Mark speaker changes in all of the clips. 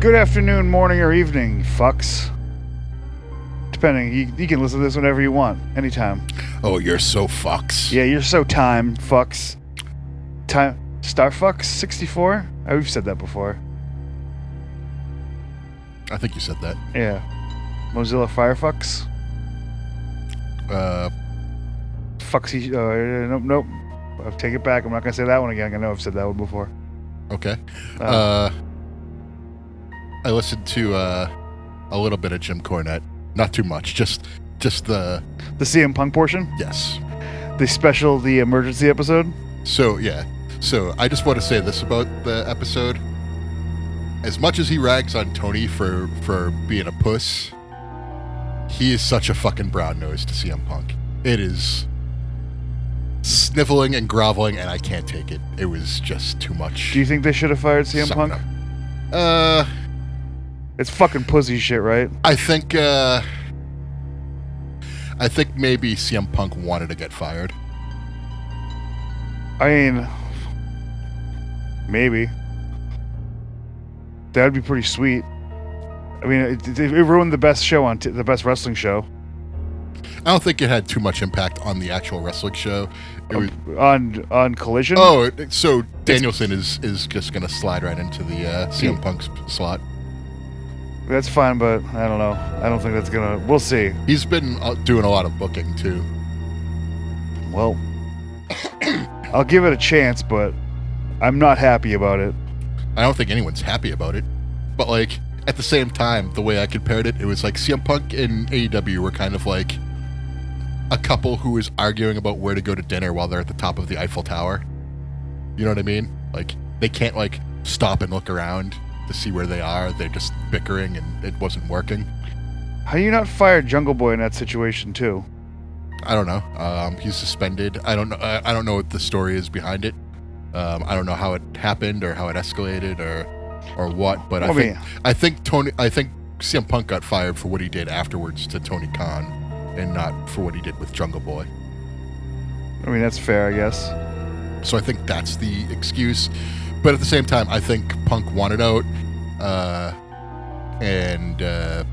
Speaker 1: Good afternoon, morning, or evening, fucks. Depending, you, you can listen to this whenever you want, anytime.
Speaker 2: Oh, you're so fucks.
Speaker 1: Yeah, you're so time fucks. Time Star Fox 64? Oh, we've said that before.
Speaker 2: I think you said that.
Speaker 1: Yeah. Mozilla Firefox?
Speaker 2: Uh,
Speaker 1: Foxy. Uh, nope, nope. I take it back. I'm not going to say that one again. I know I've said that one before.
Speaker 2: okay.
Speaker 1: Uh,
Speaker 2: Uh, I listened to uh, a little bit of Jim Cornette. Not too much. Just, just the
Speaker 1: the CM Punk portion?
Speaker 2: yes.
Speaker 1: The special, the emergency episode?
Speaker 2: So yeah. So I just want to say this about the episode. As much as he rags on Tony for for being a puss, he is such a fucking brown nose to CM Punk. It is sniveling and groveling, and I can't take it. It was just too much.
Speaker 1: Do you think they should have fired CM
Speaker 2: Suck it
Speaker 1: Punk?
Speaker 2: up. Uh,
Speaker 1: It's fucking pussy shit, right?
Speaker 2: I think uh, I think maybe CM Punk wanted to get fired.
Speaker 1: I mean, maybe. That'd be pretty sweet. I mean, it, it, it ruined the best show on t- the best wrestling show
Speaker 2: I don't think it had too much impact on the actual wrestling show. It was,
Speaker 1: on on Collision.
Speaker 2: oh, it- so Danielson is is just gonna slide right into the uh, CM Punk's slot.
Speaker 1: That's fine, but I don't know. I don't think that's gonna. We'll see.
Speaker 2: He's been uh, doing a lot of booking too.
Speaker 1: Well, I'll give it a chance, but I'm not happy about it.
Speaker 2: I don't think anyone's happy about it, but like at the same time, the way I compared it, it was like CM Punk and AEW were kind of like a couple who is arguing about where to go to dinner while they're at the top of the Eiffel Tower. You know what I mean? Like they can't like stop and look around to see where they are. They're just bickering, and it wasn't working.
Speaker 1: How do you not fire Jungle Boy in that situation too?
Speaker 2: I don't know. Um, he's suspended. I don't know. uh, I, I don't know what the story is behind it. Um, I don't know how it happened or how it escalated or or what. But I,
Speaker 1: Well, I
Speaker 2: think I think Tony. I think CM Punk got fired for what he did afterwards to Tony Khan, and not for what he did with Jungle Boy.
Speaker 1: I mean, that's fair, I guess.
Speaker 2: So I think that's the excuse. But at the same time, I think Punk wanted out, uh, and uh,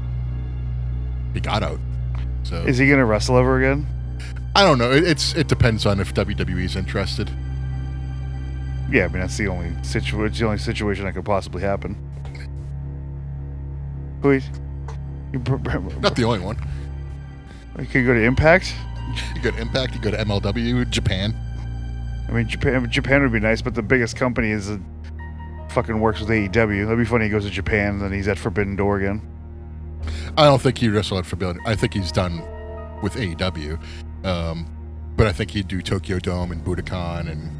Speaker 2: he got out. So
Speaker 1: Is he gonna wrestle ever again?
Speaker 2: I don't know. It, it's it depends on if WWE's interested.
Speaker 1: Yeah, I mean that's the only situation. It's the only situation that could possibly happen. Wait, you, br- br-
Speaker 2: Not the only one.
Speaker 1: you could go to Impact.
Speaker 2: You go to Impact, you go to MLW, Japan.
Speaker 1: I mean, Japan Japan would be nice, but the biggest company is uh, fucking works with AEW. That'd be funny. He goes to Japan, and then he's at Forbidden Door again.
Speaker 2: I don't think he wrestled at Forbidden. I think he's done with AEW. Um, but I think he'd do Tokyo Dome and Budokan and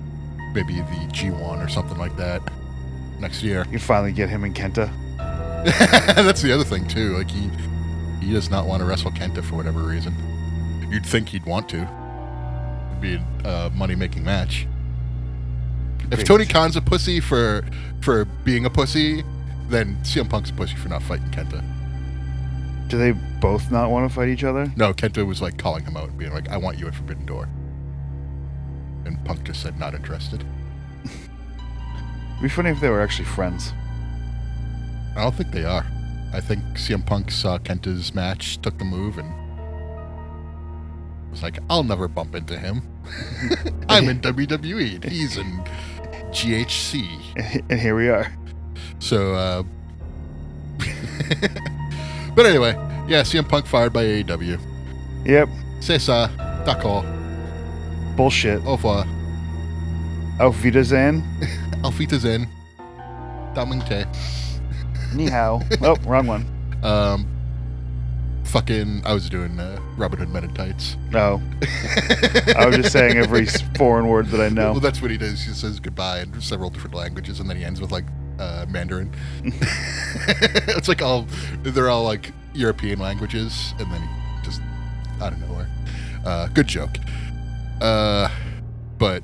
Speaker 2: maybe the G1 or something like that next year.
Speaker 1: You finally get him and Kenta.
Speaker 2: That's the other thing too. Like he he does not want to wrestle Kenta for whatever reason. You'd think he'd want to. It'd be a money making match. If
Speaker 1: Great.
Speaker 2: Tony Khan's a pussy for for being a pussy, then CM Punk's a pussy for not fighting Kenta.
Speaker 1: Do they both not want to fight each other?
Speaker 2: No, Kenta was like calling him out and being like, I want you at Forbidden Door. And Punk just said, not interested.
Speaker 1: It'd be funny if they were actually friends.
Speaker 2: I don't think they are. I think CM Punk saw Kenta's match, took the move, and was like, I'll never bump into him. I'm in WWE, and he's in GHC.
Speaker 1: and here we are.
Speaker 2: So, uh, but anyway, yeah, CM Punk fired by E AEW.
Speaker 1: Yep.
Speaker 2: C'est ça, d'accord,
Speaker 1: Bullshit. Oh,
Speaker 2: au revoir,
Speaker 1: Auf Wiedersehen.
Speaker 2: auf Wiedersehen, Damen und Herren.
Speaker 1: Ni hao. Oh, wrong one.
Speaker 2: Um, fucking, I was doing uh, Robin Hood Men in Tights.
Speaker 1: No. I was just saying every s- foreign word that I know.
Speaker 2: Well, that's what he does. He says goodbye in several different languages, and then he ends with like uh, Mandarin. it's like all they're all like European languages, and then he just out of nowhere. Uh, good joke. Uh, but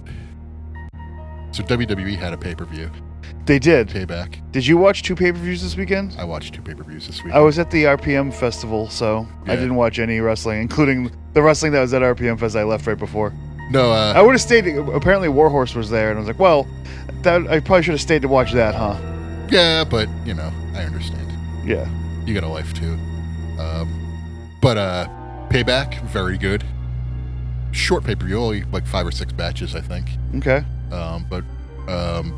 Speaker 2: so WWE had a pay per view
Speaker 1: They did.
Speaker 2: payback.
Speaker 1: Did you watch two pay per views this weekend?
Speaker 2: I watched two pay per views this week.
Speaker 1: I was at the RPM festival, so I
Speaker 2: Yeah.
Speaker 1: didn't watch any wrestling, including the wrestling that was at RPM Fest. I left right before.
Speaker 2: no,
Speaker 1: I
Speaker 2: uh,
Speaker 1: would have stayed. Apparently, Warhorse was there, and I was like, "Well, that I probably should have stayed to watch that, huh?"
Speaker 2: yeah, but you know, I understand.
Speaker 1: Yeah.
Speaker 2: you got a life too. Um, but uh, payback, very good. Short pay per view, only like five or six batches, I think.
Speaker 1: Okay.
Speaker 2: Um, but um,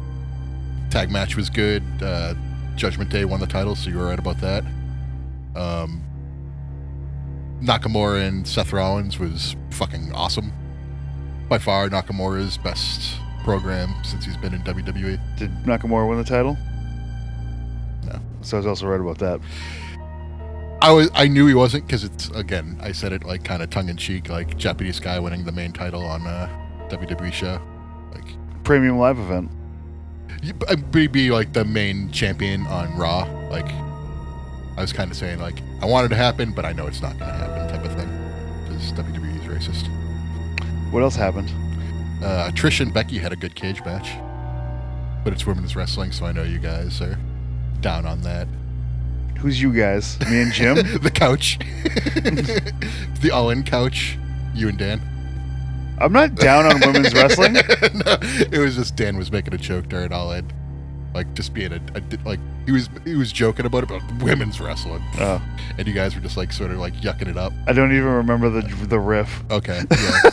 Speaker 2: tag match was good. Uh, Judgment Day won the title, so you were right about that. Um, Nakamura and Seth Rollins was fucking awesome. By far, Nakamura's best program since he's been in E. WWE.
Speaker 1: Did Nakamura win the title?
Speaker 2: No.
Speaker 1: So I was also right about that.
Speaker 2: I was I knew he wasn't because it's again I said it like kind of tongue in cheek like Japanese guy winning the main title on uh, a WWE E show like
Speaker 1: Premium live event.
Speaker 2: you- but he'd be like the main champion on Raw like I was kind of saying like I want it to happen but I know it's not gonna happen type of thing because WWE E is racist.
Speaker 1: What else happened?
Speaker 2: Uh, Trish and Becky had a good cage match, but it's women's wrestling so I know you guys are down on that.
Speaker 1: Who's you guys? Me and Jim?
Speaker 2: the couch, the all-in couch, you and Dan.
Speaker 1: I'm not down on women's wrestling.
Speaker 2: no, it was just Dan was making a joke during all in, like just being a, a di- like he was he was joking about it, but women's wrestling,
Speaker 1: Oh,
Speaker 2: and you guys were just like sort of like yucking it up.
Speaker 1: I don't even remember the the riff.
Speaker 2: Okay, yeah,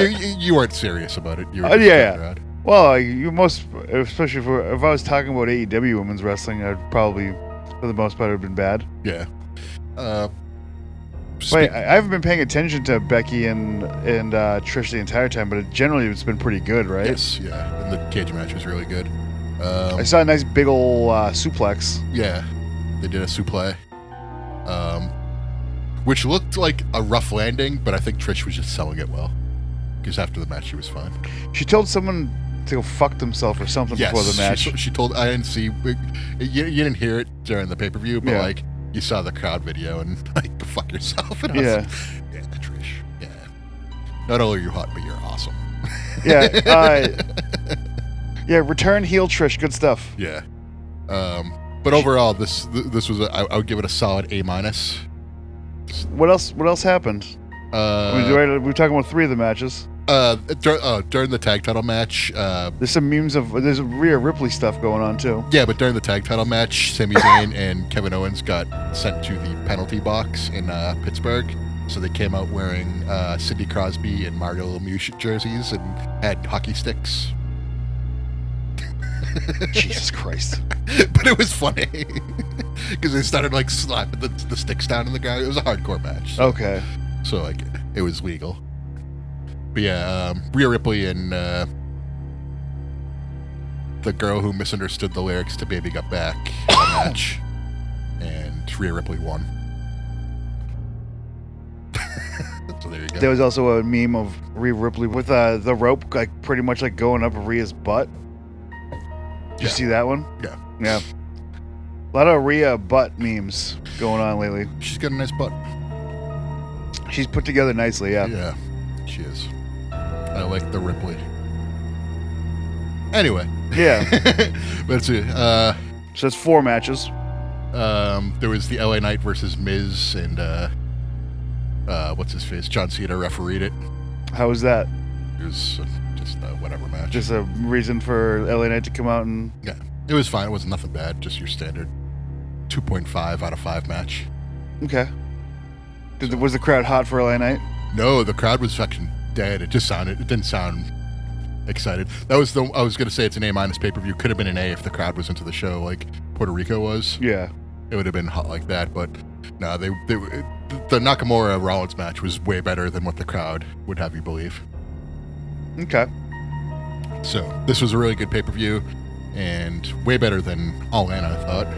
Speaker 2: you, you, you weren't serious about it. You were
Speaker 1: Oh,
Speaker 2: just
Speaker 1: yeah,
Speaker 2: joking
Speaker 1: yeah.
Speaker 2: around.
Speaker 1: Well, I- you most, especially if, we're- if I was talking about AEW women's wrestling, I'd probably, for the most part, have been bad.
Speaker 2: yeah. Uh,
Speaker 1: Wait,
Speaker 2: speak-
Speaker 1: I I haven't been paying attention to Becky and and uh, Trish the entire time, but it, generally it's been pretty good, right?
Speaker 2: yes, yeah, and the cage match was really good. Um,
Speaker 1: I saw a nice big ol' uh, suplex.
Speaker 2: Yeah, they did a suplex, um, which looked like a rough landing, but I think Trish was just selling it well. Because after the match, she was fine.
Speaker 1: She told someone to go fuck themselves or something before the
Speaker 2: she
Speaker 1: match.
Speaker 2: to- She, told I didn't see. You, you didn't hear it during the pay per view, but
Speaker 1: Yeah.
Speaker 2: like you saw the crowd video and like go fuck yourself. And I was
Speaker 1: Yeah.
Speaker 2: like, yeah, Trish. Yeah. Not only are you hot, but you're awesome.
Speaker 1: yeah, uh, yeah. Return heel Trish, good stuff.
Speaker 2: Yeah. Um, but overall, this th- this was a, I, I would give it a solid A minus.
Speaker 1: What else? What else happened?
Speaker 2: Uh,
Speaker 1: I mean, right, we're talking about three of the matches.
Speaker 2: uh, dur- uh, during the tag title match, uh,
Speaker 1: There's some memes of there's Rhea Ripley stuff going on too.
Speaker 2: yeah, but during the tag title match, Sami Zayn and Kevin Owens got sent to the penalty box in uh, Pittsburgh. So they came out wearing uh, Sidney Crosby and Mario Lemieux sh- jerseys and had hockey sticks.
Speaker 1: Jesus Christ!
Speaker 2: but it was funny because they started like slapping the, the sticks down in the ground. It was a hardcore match. So,
Speaker 1: Okay,
Speaker 2: so like it was legal. But yeah, um, Rhea Ripley and uh, the girl who misunderstood the lyrics to "Baby Got Back" had a match, and Rhea Ripley won. so there you go.
Speaker 1: there was also a meme of Rhea Ripley with uh, the rope, like pretty much like going up Rhea's butt. Did
Speaker 2: Yeah.
Speaker 1: you see that one?
Speaker 2: Yeah.
Speaker 1: Yeah. A lot of Rhea butt memes going on lately.
Speaker 2: She's got a nice butt.
Speaker 1: She's put together nicely. Yeah.
Speaker 2: Yeah, she is. I like the Ripley. Anyway,
Speaker 1: Yeah.
Speaker 2: let's see. Uh,
Speaker 1: so that's four matches.
Speaker 2: Um, there was the LA Knight versus Miz and uh, uh, what's his face? John Cena refereed it.
Speaker 1: How was that?
Speaker 2: It was uh, just a whatever match.
Speaker 1: Just a reason for LA Knight to come out and
Speaker 2: it was fine. It was nothing bad. Just your standard 2.5 out of 5 match.
Speaker 1: okay. Did the, was the crowd hot for LA Knight?
Speaker 2: No, the crowd was fucking dead. It just sounded. It didn't sound excited. That was the. I was gonna say it's an A minus pay per view. Could have been an A if the crowd was into the show like Puerto Rico was.
Speaker 1: Yeah.
Speaker 2: It would have been hot like that. But no, they they the Nakamura Rollins match was way better than what the crowd would have you believe.
Speaker 1: Okay.
Speaker 2: So this was a really good pay per view, and way better than All In. I thought.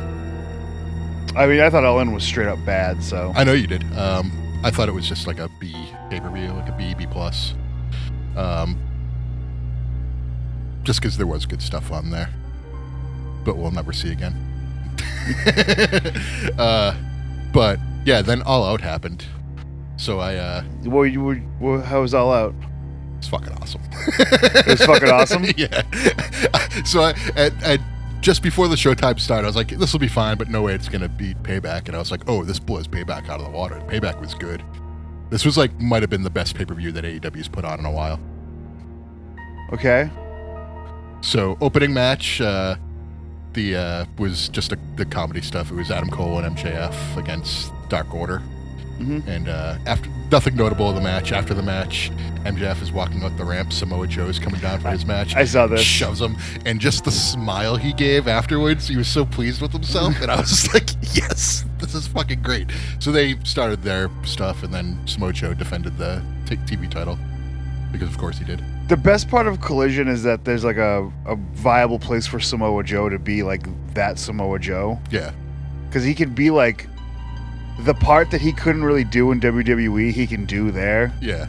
Speaker 1: I mean, I thought All In was straight up bad. So
Speaker 2: I know you did. Um, I thought it was just like a B pay per view, like a B B plus. Um, just because there was good stuff on there, but we'll never see again. uh, but yeah, then All Out happened. So I, uh,
Speaker 1: what you were, what, how was All Out?
Speaker 2: it's fucking awesome.
Speaker 1: It was fucking awesome.
Speaker 2: yeah. so I, at, at just before the showtime started, I was like, "This will be fine," but no way it's gonna beat Payback. And I was like, "Oh, this blows Payback out of the water." Payback was good. This was like might have been the best pay per view that AEW's put on in a while.
Speaker 1: Okay.
Speaker 2: So opening match, uh, the uh, was just a, the comedy stuff. It was Adam Cole and MJF against Dark Order.
Speaker 1: Mhm.
Speaker 2: And uh, after nothing notable of the match. After the match, MJF is walking up the ramp. Samoa Joe's coming down for his match.
Speaker 1: I saw this.
Speaker 2: Shoves him, and just the smile he gave afterwards. He was so pleased with himself, and I was just like, "Yes, this is fucking great." So they started their stuff, and then Samoa Joe defended the t- TV title because, of course, he did.
Speaker 1: The best part of Collision is that there's like a, a viable place for Samoa Joe to be like that Samoa Joe.
Speaker 2: Yeah,
Speaker 1: Because he can be like the part that he couldn't really do in WWE, he can do there.
Speaker 2: yeah.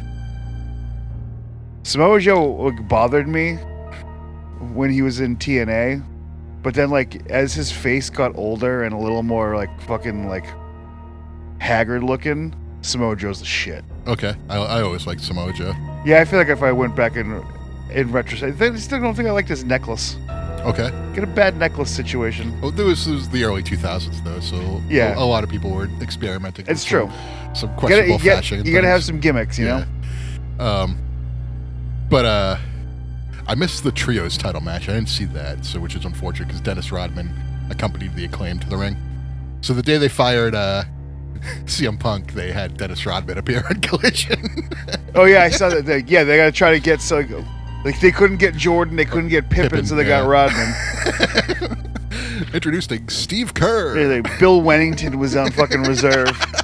Speaker 1: Samoa Joe like, bothered me when he was in TNA, but then like as his face got older and a little more like fucking like haggard looking, Samoa Joe's the shit.
Speaker 2: Okay, I, I always liked Samoa Joe.
Speaker 1: Yeah, I feel like if I went back in in retrospect, I still don't think I liked his necklace.
Speaker 2: Okay.
Speaker 1: Get a bad necklace situation.
Speaker 2: Well, there was, it was the early 2000s, though, so
Speaker 1: Yeah.
Speaker 2: a, a lot of people were experimenting. with
Speaker 1: It's true.
Speaker 2: Some, some
Speaker 1: You gotta,
Speaker 2: questionable
Speaker 1: you, got-
Speaker 2: fashion. and
Speaker 1: you gotta have
Speaker 2: things.
Speaker 1: some gimmicks, you know?
Speaker 2: Yeah. Um, but uh, I missed the trios title match. I didn't see that, so which is unfortunate because Dennis Rodman accompanied the acclaim to the ring. So the day they fired uh, CM Punk, they had Dennis Rodman appear on Collision.
Speaker 1: Oh, yeah, I saw that. They, yeah, they gotta try to get so. Like, they couldn't get Jordan, they couldn't get Pippen,
Speaker 2: Pippen,
Speaker 1: so they
Speaker 2: yeah.
Speaker 1: got Rodman.
Speaker 2: Introducing Steve Kerr.
Speaker 1: Yeah, like, Bill Wennington was on fucking reserve.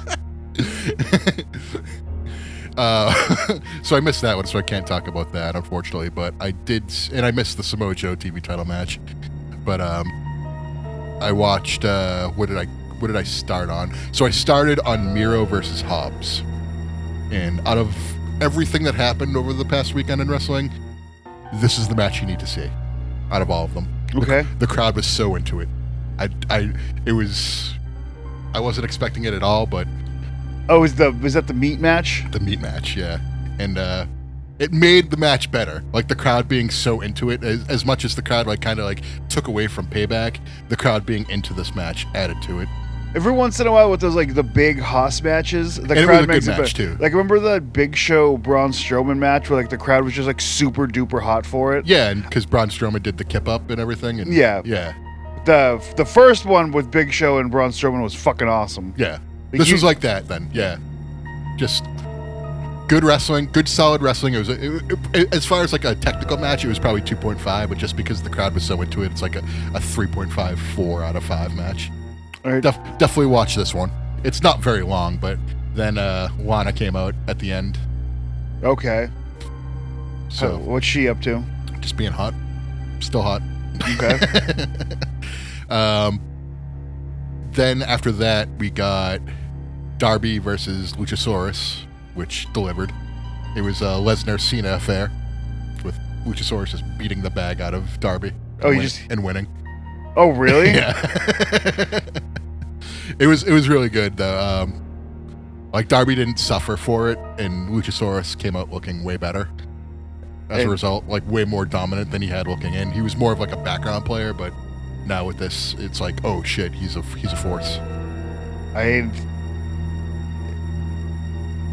Speaker 2: Uh, so I missed that one, so I can't talk about that, unfortunately. But I did, s- and I missed the Samoa Joe TV title match. But um, I watched. Uh, what did I? What did I start on? So I started on Miro versus Hobbs, and out of everything that happened over the past weekend in wrestling, this is the match you need to see. Out of all of them,
Speaker 1: Okay.
Speaker 2: the crowd was so into it. I, I, it was. I wasn't expecting it at all, but
Speaker 1: Oh, is the is that the meat match?
Speaker 2: the meat match, yeah. And uh, it made the match better. Like the crowd being so into it, as, as much as the crowd like kind of like took away from payback, the crowd being into this match added to it.
Speaker 1: Every once in a while, with those like the big Haas matches, the
Speaker 2: And it was
Speaker 1: crowd
Speaker 2: a good
Speaker 1: makes
Speaker 2: match,
Speaker 1: it,
Speaker 2: too.
Speaker 1: Like remember that Big Show Braun Strowman match where like the crowd was just like super duper hot for it.
Speaker 2: Yeah, and because Braun Strowman did the kip up and everything, and
Speaker 1: Yeah.
Speaker 2: yeah,
Speaker 1: The the first one with Big Show and Braun Strowman was fucking awesome.
Speaker 2: yeah.
Speaker 1: Like,
Speaker 2: this
Speaker 1: you-
Speaker 2: was like that then, yeah. Just good wrestling, good solid wrestling. It was it, it- as far as like a technical match, it was probably two point five, but just because the crowd was so into it, it's like a, a three point five, four out of five match.
Speaker 1: All right.
Speaker 2: Def- definitely watch this one. It's not very long, but then uh, Lana came out at the end,
Speaker 1: Okay. So
Speaker 2: so
Speaker 1: what's she up to?
Speaker 2: just being hot, still hot.
Speaker 1: Okay.
Speaker 2: um, then after that, we got Darby versus Luchasaurus, which delivered. It was a Lesnar Cena affair, with Luchasaurus just beating the bag out of Darby.
Speaker 1: Oh,
Speaker 2: and
Speaker 1: you
Speaker 2: win-
Speaker 1: just-
Speaker 2: and winning.
Speaker 1: oh really?
Speaker 2: Yeah. it was it was really good though. Um, like Darby didn't suffer for it, and Luchasaurus came out looking way better. As a
Speaker 1: And-
Speaker 2: result, like way more dominant than he had looking in. He was more of like a background player, but now with this, it's like, oh shit, he's a he's a force.
Speaker 1: I.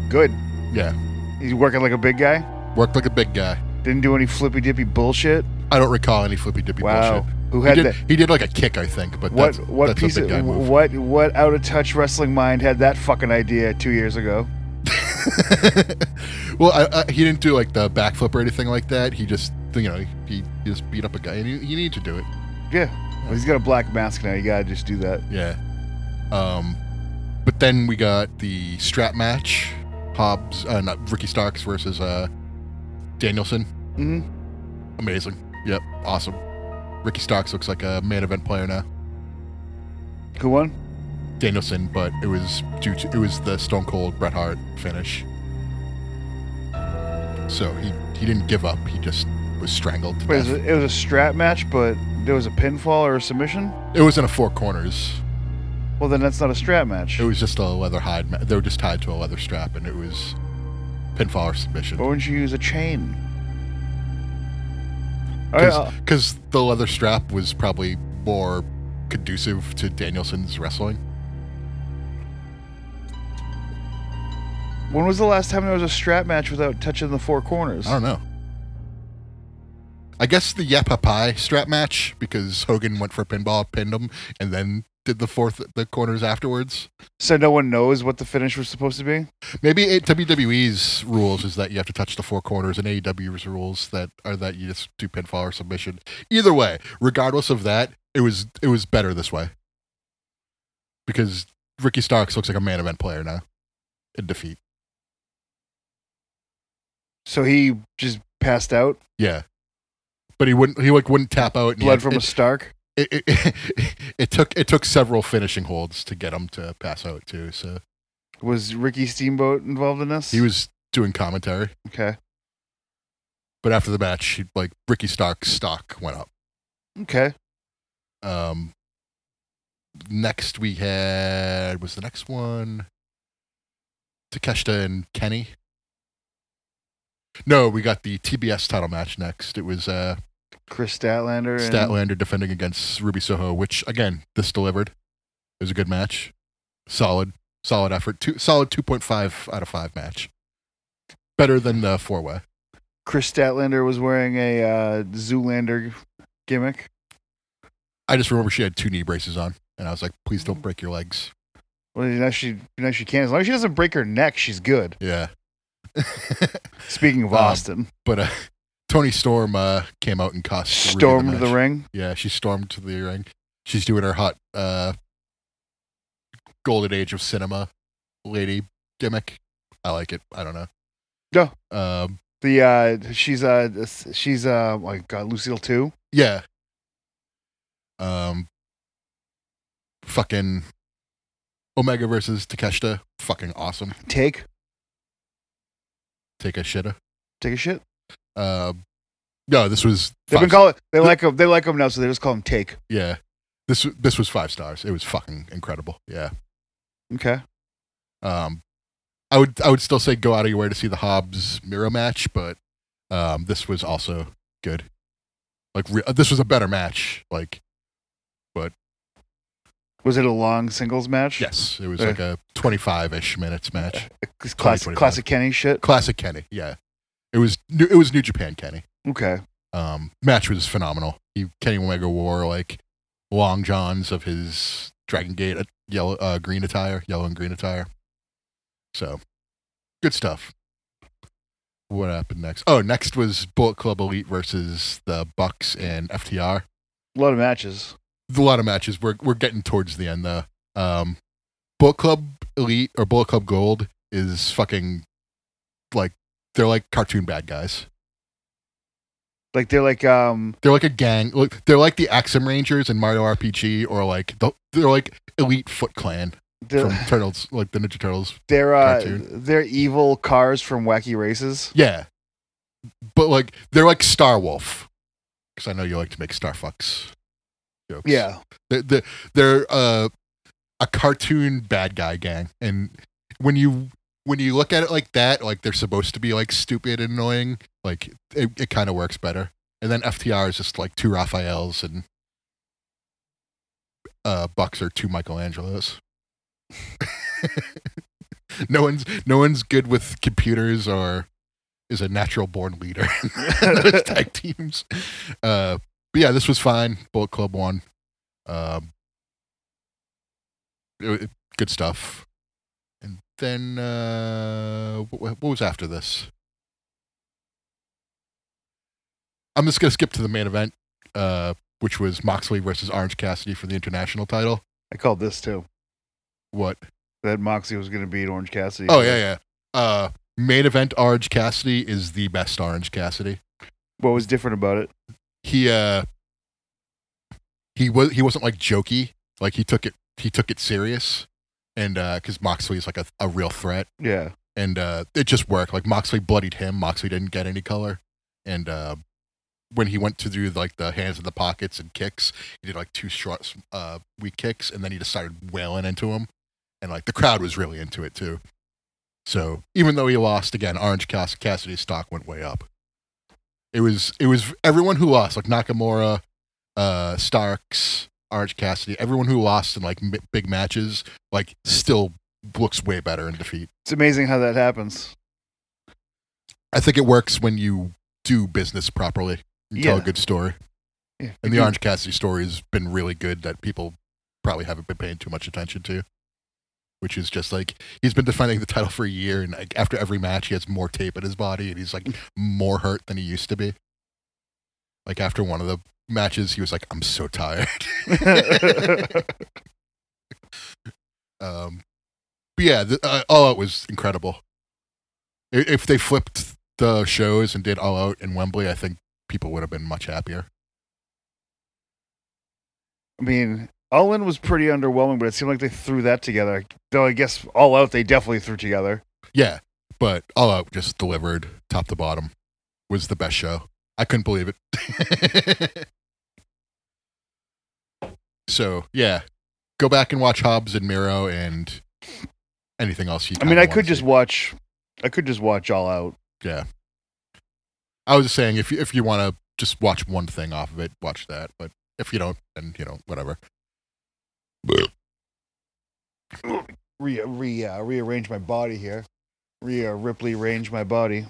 Speaker 1: Good.
Speaker 2: Yeah,
Speaker 1: He's working like a big guy.
Speaker 2: worked like a big guy.
Speaker 1: Didn't do any flippy dippy bullshit.
Speaker 2: I don't recall any flippy dippy
Speaker 1: Wow.
Speaker 2: bullshit.
Speaker 1: Who
Speaker 2: He
Speaker 1: had
Speaker 2: did,
Speaker 1: that?
Speaker 2: he did like a kick, I think, but
Speaker 1: What
Speaker 2: that's,
Speaker 1: what
Speaker 2: that's
Speaker 1: piece
Speaker 2: a
Speaker 1: of
Speaker 2: big guy move.
Speaker 1: what what out of touch wrestling mind had that fucking idea two years ago?
Speaker 2: well, I, I, he didn't do like the backflip or anything like that. He just, you know, he, he just beat up a guy, and you, you need to do it.
Speaker 1: Yeah. Well, he's got a black mask now. You gotta just do that.
Speaker 2: Yeah. Um, but then we got the strap match: Hobbs, uh, not Ricky Starks versus uh, Danielson.
Speaker 1: hmm
Speaker 2: Mm-hmm. Amazing. Yep. Awesome. Ricky Starks looks like a main event player now.
Speaker 1: Who won?
Speaker 2: Danielson, but it was due to it was the Stone Cold Bret Hart finish. So he he didn't give up. He just was strangled. to
Speaker 1: Wait, it,
Speaker 2: death.
Speaker 1: was a, it was a strap match, but there was a pinfall or a submission.
Speaker 2: It was in a four corners.
Speaker 1: Well, then that's not a strap match.
Speaker 2: It was just a leather hide. Ma- they were just tied to a leather strap, and it was pinfall or submission.
Speaker 1: Why wouldn't you use a chain? All right, uh, I'll-
Speaker 2: Because the leather strap was probably more conducive to Danielson's wrestling.
Speaker 1: when was the last time there was a strap match without touching the four corners?
Speaker 2: I don't know. I guess the Yappa Pie strap match because Hogan went for a pinball, pinned him, and then did the fourth the corners afterwards.
Speaker 1: So no one knows what the finish was supposed to be.
Speaker 2: Maybe it, WWE's rules is that you have to touch the four corners, and AEW's rules that are that you just do pinfall or submission. Either way, regardless of that, it was it was better this way because Ricky Starks looks like a man event player now in defeat.
Speaker 1: So he just passed out,
Speaker 2: Yeah, but he wouldn't. He like wouldn't tap out. and he
Speaker 1: blood
Speaker 2: had-
Speaker 1: from a
Speaker 2: it,
Speaker 1: Stark.
Speaker 2: it, it, it, took it took several finishing holds to get him to pass out too. So
Speaker 1: Was Ricky Steamboat involved in this?
Speaker 2: he was doing commentary.
Speaker 1: okay.
Speaker 2: But after the match, he, like Ricky Stark's stock went up.
Speaker 1: Okay.
Speaker 2: Um, next we had was the next one Takeshita and Kenny. No, we got the TBS title match next. It was uh,
Speaker 1: Chris Statlander. And
Speaker 2: Statlander defending against Ruby Soho, which again this delivered. It was a good match, solid, solid effort. Two solid two point five out of five match. Better than the four way.
Speaker 1: Chris Statlander was wearing a uh, Zoolander gimmick.
Speaker 2: I just remember she had two knee braces on, and I was like, please don't break your legs.
Speaker 1: Well, now she, now she can. As long as she doesn't break her neck, she's good.
Speaker 2: Yeah.
Speaker 1: Speaking of
Speaker 2: Um,
Speaker 1: Austin,
Speaker 2: but uh, Tony Storm uh, came out and cost Ruby
Speaker 1: stormed the,
Speaker 2: match.
Speaker 1: ring.
Speaker 2: Yeah, she stormed to the ring. She's doing her hot uh, golden age of cinema lady gimmick. I like it. I don't know.
Speaker 1: Yeah.
Speaker 2: Um,
Speaker 1: The uh, she's uh, this- she's uh, oh my God, Lucille too.
Speaker 2: yeah. Um, fucking Omega versus Takeshita. Fucking awesome.
Speaker 1: Take,
Speaker 2: Take a shitta.
Speaker 1: take a shit.
Speaker 2: Um, no, this was.
Speaker 1: They've been
Speaker 2: five-
Speaker 1: calling. They like him. They like him now, so they just call him Take.
Speaker 2: yeah. This this was five stars. It was fucking incredible. Yeah.
Speaker 1: Okay.
Speaker 2: Um, I would I would still say go out of your way to see the Hobbs Miro match, but um, this was also good. Like re- uh, this was a better match. Like
Speaker 1: Was it a long singles match?
Speaker 2: yes, it was like a twenty five ish minutes match.
Speaker 1: It's classic,
Speaker 2: 20-25.
Speaker 1: classic Kenny shit.
Speaker 2: Classic Kenny. Yeah, it was new, it was New Japan Kenny.
Speaker 1: Okay.
Speaker 2: Um, match was phenomenal. He Kenny Omega wore like long johns of his Dragon Gate uh, yellow uh, green attire, yellow and green attire. So good stuff. What happened next? Oh, next was Bullet Club Elite versus the Bucks and FTR.
Speaker 1: A lot of matches.
Speaker 2: A lot of matches. We're we're getting towards the end though. Um, Bullet Club Elite or Bullet Club Gold is fucking like they're like cartoon bad guys.
Speaker 1: Like they're like um
Speaker 2: They're like a gang. Look, They're like the Axum Rangers in Mario RPG, or like the, they're like Elite Foot Clan from
Speaker 1: they're
Speaker 2: Turtles, like the Ninja Turtles.
Speaker 1: they're, uh,
Speaker 2: cartoon.
Speaker 1: they're evil cars from Wacky Races.
Speaker 2: Yeah, but like they're like Star Wolf, because I know you like to make Star Fox jokes.
Speaker 1: Yeah.
Speaker 2: they're they're, they're uh, a cartoon bad guy gang, and when you when you look at it like that, like they're supposed to be like stupid and annoying, like it, it kind of works better. And then FTR is just like two Raphaels and uh, Bucks are two Michelangelos. no one's no one's good with computers or is a natural born leader in those tag teams. Uh, but yeah, this was fine. Bullet Club won. Um, it- it- good stuff. And then uh, what, what was after this? I'm just gonna skip to the main event, uh, which was Moxley versus Orange Cassidy for the international title.
Speaker 1: I called this too.
Speaker 2: What?
Speaker 1: That Moxie was gonna beat Orange Cassidy.
Speaker 2: Oh yeah, yeah. Uh, main event Orange Cassidy is the best Orange Cassidy.
Speaker 1: What was different about it?
Speaker 2: He uh, he was he wasn't like jokey. Like he took it he took it serious, and because Moxley is like a, a real threat.
Speaker 1: Yeah.
Speaker 2: and uh, it just worked. Like Moxley bloodied him. Moxley didn't get any color, and uh, when he went to do like the hands in the pockets and kicks, he did like two short, uh, weak kicks, and then he just started wailing into him, and like the crowd was really into it too. So even though he lost again, Orange Cass- Cassidy's stock went way up. It was it was everyone who lost, like Nakamura, uh, Starks, Orange Cassidy, everyone who lost in like m- big matches, like still looks way better in defeat.
Speaker 1: It's amazing how that happens.
Speaker 2: I think it works when you do business properly. and tell
Speaker 1: Yeah.
Speaker 2: a good story.
Speaker 1: Yeah.
Speaker 2: And the Orange Cassidy story has been really good that people probably haven't been paying too much attention to, which is just like he's been defending the title for a year, and like, after every match, he has more tape in his body, and he's like more hurt than he used to be. Like after one of the matches, he was like, "I'm so tired." um, but yeah, the, uh, All Out was incredible. I- If they flipped the shows and did All Out in Wembley, I think people would have been much happier.
Speaker 1: I mean, All In was pretty underwhelming, but it seemed like they threw that together. Though I guess All Out they definitely threw together.
Speaker 2: Yeah, but All Out just delivered top to bottom. Was the best show. I couldn't believe it. so yeah, go back and watch Hobbs and Miro and anything else you.
Speaker 1: I mean,
Speaker 2: kinda
Speaker 1: I
Speaker 2: wanna
Speaker 1: could
Speaker 2: see.
Speaker 1: just watch. I could just watch All Out.
Speaker 2: I was just saying if you, if you want to just watch one thing off of it, watch that. But if you don't, then you know whatever.
Speaker 1: Re re uh, rearrange my body here. Rhea Ripley range my body.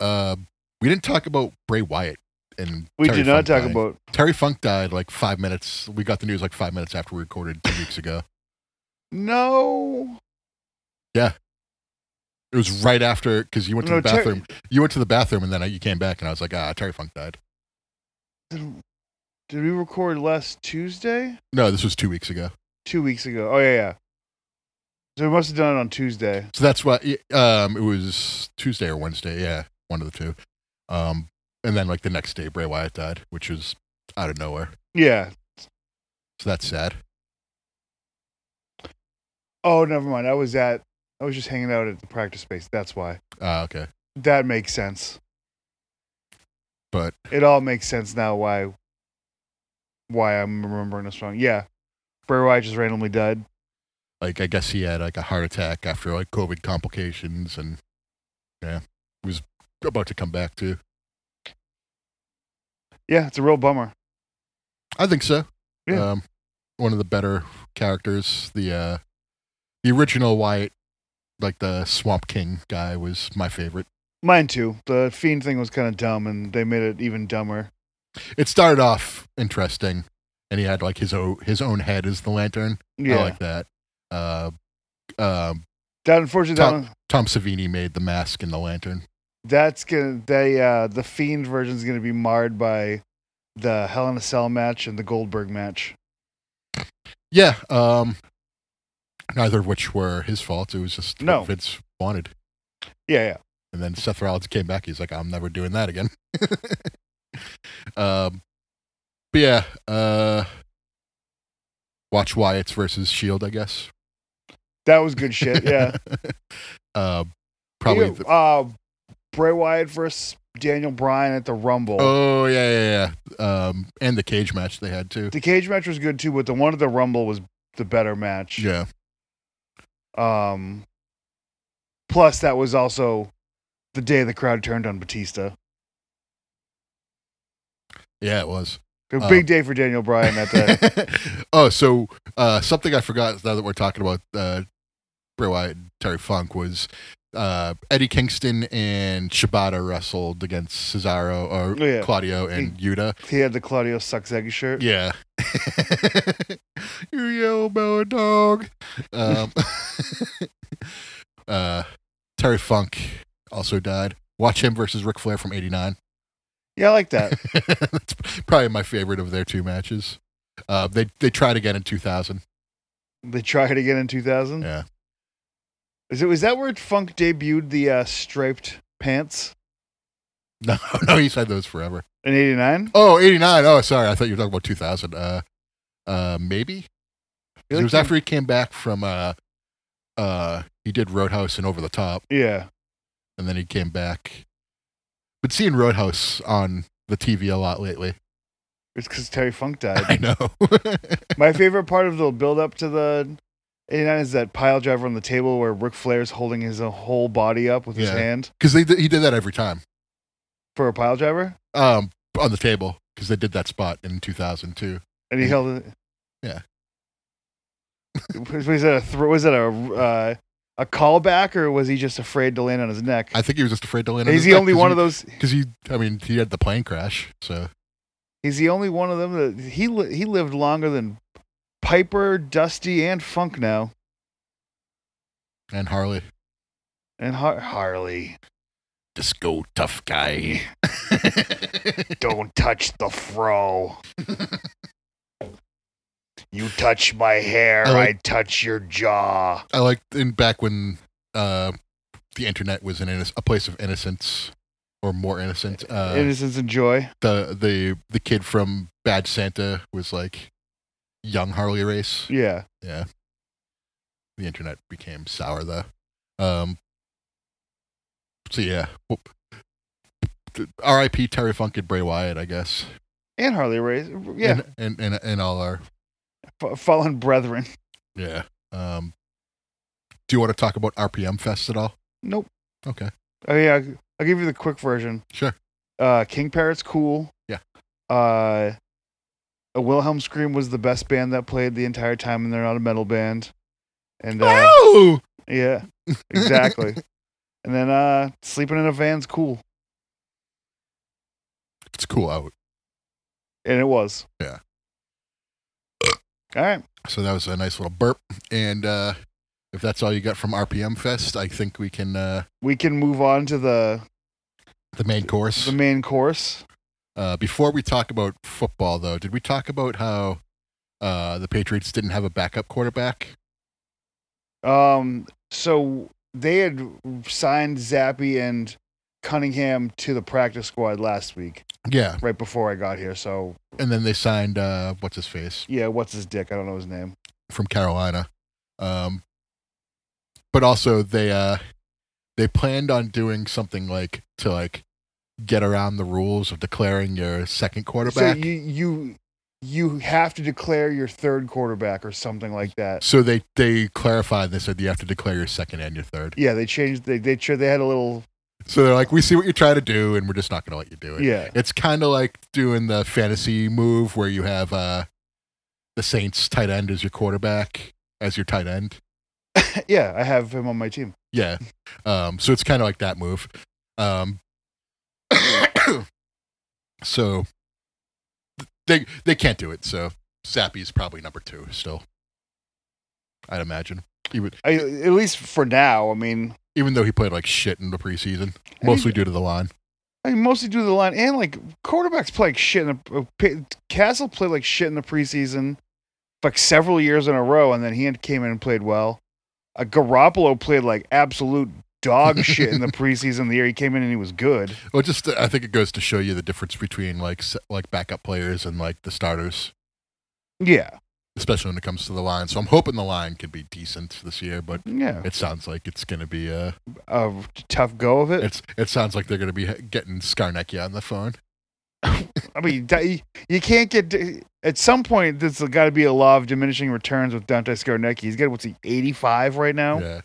Speaker 2: Uh, we didn't talk about Bray Wyatt and
Speaker 1: We
Speaker 2: Terry
Speaker 1: did not
Speaker 2: Funk
Speaker 1: talk
Speaker 2: dying.
Speaker 1: about.
Speaker 2: Terry Funk died like five minutes. We got the news like five minutes after we recorded two weeks ago.
Speaker 1: No.
Speaker 2: It was right after because you went to
Speaker 1: No,
Speaker 2: the
Speaker 1: Terry-
Speaker 2: bathroom. you went to the bathroom and then I, you came back and I was like, ah, Terry Funk died.
Speaker 1: Did, did we record last Tuesday?
Speaker 2: No, this was two weeks ago.
Speaker 1: Two weeks ago. Oh yeah, yeah. So we must have done it on Tuesday.
Speaker 2: So that's why um, it was Tuesday or Wednesday. Yeah, one of the two. Um, and then like the next day, Bray Wyatt died, which was out of nowhere.
Speaker 1: Yeah.
Speaker 2: So that's sad.
Speaker 1: Oh, never mind. I was at. I was just hanging out at the practice space. That's why.
Speaker 2: Ah, okay.
Speaker 1: That makes sense.
Speaker 2: But
Speaker 1: It all makes sense now why why I'm remembering this wrong. Yeah. Bray Wyatt just randomly died.
Speaker 2: like, I guess he had like a heart attack after like COVID complications, and yeah, he was about to come back too.
Speaker 1: Yeah, it's a real bummer.
Speaker 2: I think so.
Speaker 1: Yeah.
Speaker 2: Um, one of the better characters, the uh, the original Wyatt, like the Swamp King guy, was my favorite.
Speaker 1: Mine too. The fiend thing was kind of dumb, and they made it even dumber.
Speaker 2: It started off interesting, and he had like his own his own head as the lantern.
Speaker 1: Yeah.
Speaker 2: I like that. Uh, um,
Speaker 1: that unfortunately, that
Speaker 2: Top-
Speaker 1: one-
Speaker 2: Tom Savini made the mask and the lantern.
Speaker 1: that's gonna they uh the fiend version is gonna be marred by the Hell in a Cell match and the Goldberg match.
Speaker 2: Yeah. Um, neither of which were his fault. It was just
Speaker 1: No.
Speaker 2: what Vince wanted.
Speaker 1: Yeah, yeah.
Speaker 2: And then Seth Rollins came back. He's like, I'm never doing that again. um, but yeah, uh, watch Wyatt's versus Shield, I guess.
Speaker 1: That was good shit. Yeah,
Speaker 2: uh, probably.
Speaker 1: You,
Speaker 2: the-
Speaker 1: uh, Bray Wyatt versus Daniel Bryan at the Rumble.
Speaker 2: oh yeah, yeah, yeah. Um, and the cage match they had too.
Speaker 1: The cage match was good too, but the one at the Rumble was the better match.
Speaker 2: Yeah,
Speaker 1: Um. Plus, that was also the day the crowd turned on Batista.
Speaker 2: yeah, it was.
Speaker 1: A
Speaker 2: Uh,
Speaker 1: big day for Daniel Bryan that day.
Speaker 2: oh, so uh, something I forgot now that we're talking about uh, Bray Wyatt and Terry Funk was uh, Eddie Kingston and Shibata wrestled against Cesaro or
Speaker 1: Oh, yeah.
Speaker 2: Claudio and Yuta.
Speaker 1: he had the Claudio sucks egg shirt.
Speaker 2: Yeah. you yell about a dog. Um, uh, Terry Funk also died. Watch him versus Ric Flair from 89.
Speaker 1: Yeah, I like that.
Speaker 2: That's probably my favorite of their two matches. Uh, they they tried again in 2000.
Speaker 1: they tried again in 2000.
Speaker 2: Yeah.
Speaker 1: Is it was that where Funk debuted the uh, striped pants
Speaker 2: No, no, he's had those forever.
Speaker 1: in '89?
Speaker 2: Oh, 89. Oh, sorry. I thought you were talking about 2000. Uh, uh, maybe? It was after he came back from, uh, uh, he did Roadhouse and Over the Top,
Speaker 1: Yeah.
Speaker 2: and then he came back. Been seeing Roadhouse on the TV a lot lately.
Speaker 1: It's because Terry Funk
Speaker 2: I
Speaker 1: died.
Speaker 2: know.
Speaker 1: My favorite part of the build up to the '89 is that pile driver on the table where Ric Flair's holding his uh, whole body up with his
Speaker 2: Yeah.
Speaker 1: hand
Speaker 2: Because he did that every time
Speaker 1: for a pile driver,
Speaker 2: um, on the table, because they did that spot in 2002.
Speaker 1: and he
Speaker 2: Mhm.
Speaker 1: held it.
Speaker 2: Yeah.
Speaker 1: was, was that a thr was that a uh, a callback, or was he just afraid to land on his neck?
Speaker 2: I think he was just afraid to land.
Speaker 1: He's the only one of those.
Speaker 2: because he. I mean, he had the plane crash, so
Speaker 1: He's the only one of them that he li- he lived longer than Piper, Dusty, and Funk now,
Speaker 2: and Harley,
Speaker 1: and Har- Harley.
Speaker 2: just go tough guy.
Speaker 1: Don't touch the fro. you touch my hair,
Speaker 2: I like-
Speaker 1: touch your jaw.
Speaker 2: I like in back when uh, the internet was an inno- a place of innocence or more innocent. Uh,
Speaker 1: Innocence and joy.
Speaker 2: the the the kid from Bad Santa was like young Harley Race.
Speaker 1: Yeah.
Speaker 2: Yeah. The internet became sour though. Um so yeah. whoop. R.I.P. Terry Funk and Bray Wyatt, I guess.
Speaker 1: and Harley Race. Yeah,
Speaker 2: And and, and, and all our
Speaker 1: f- fallen brethren.
Speaker 2: yeah. Um do you want to talk about RPM Fest at all?
Speaker 1: Nope.
Speaker 2: Okay.
Speaker 1: Oh yeah, I'll- I'll give you the quick version.
Speaker 2: Sure.
Speaker 1: Uh, King Parrot's cool.
Speaker 2: Yeah.
Speaker 1: Uh, a Wilhelm Scream was the best band that played the entire time, and they're not a metal band. And uh,
Speaker 2: Oh!
Speaker 1: yeah, exactly. and then uh, sleeping in a van's cool,
Speaker 2: It's cool out.
Speaker 1: and it was.
Speaker 2: Yeah.
Speaker 1: All right.
Speaker 2: So that was a nice little burp. And uh if that's all you got from RPM Fest, I think we can uh
Speaker 1: We can move on to the
Speaker 2: the main course.
Speaker 1: the main course.
Speaker 2: Uh, before we talk about football, though, did we talk about how uh, the Patriots didn't have a backup quarterback?
Speaker 1: Um, so they had signed Zappy and Cunningham to the practice squad last week,
Speaker 2: Yeah,
Speaker 1: right before I got here. So
Speaker 2: and then they signed uh, what's his face
Speaker 1: yeah, what's his dick? I don't know his name.
Speaker 2: from Carolina, um, but also they uh, they planned on doing something like to like get around the rules of declaring your second quarterback.
Speaker 1: So you you you have to declare your third quarterback or something like that.
Speaker 2: so they they clarified. They said you have to declare your second and your third.
Speaker 1: Yeah, they changed. They they sure they had a little
Speaker 2: So they're like, we see what you're trying to do, and we're just not going to let you do it.
Speaker 1: yeah
Speaker 2: It's kind of like doing the fantasy move where you have uh, the Saints tight end as your quarterback, as your tight end.
Speaker 1: yeah. I have him on my team.
Speaker 2: Yeah. Um, so it's kind of like that move. Um, so they they can't do it. So Zappy's probably number two still. I'd imagine. Even
Speaker 1: I, at least for now. I mean,
Speaker 2: even though he played like shit in the preseason,
Speaker 1: I
Speaker 2: mostly
Speaker 1: think-
Speaker 2: due to the line.
Speaker 1: I mean, mostly due to the line and like quarterbacks play like shit. In the, uh, P- Castle played like shit in the preseason, like several years in a row, and then he had- came in and played well. Uh, Garoppolo played like absolute dog shit in the preseason. The year he came in and he was good.
Speaker 2: Well, just uh, I think it goes to show you the difference between like s- like backup players and like the starters.
Speaker 1: Yeah,
Speaker 2: especially when it comes to the line. So I'm hoping the line could be decent this year, but
Speaker 1: yeah,
Speaker 2: it sounds like it's going to be uh
Speaker 1: a tough go of it.
Speaker 2: it's it sounds like they're going to be getting Skarnecki on the phone.
Speaker 1: I mean, you, you can't get at some point. There's got to be a law of diminishing returns with Dante Scarnecki. He's got what's he 85 right now.
Speaker 2: Yeah.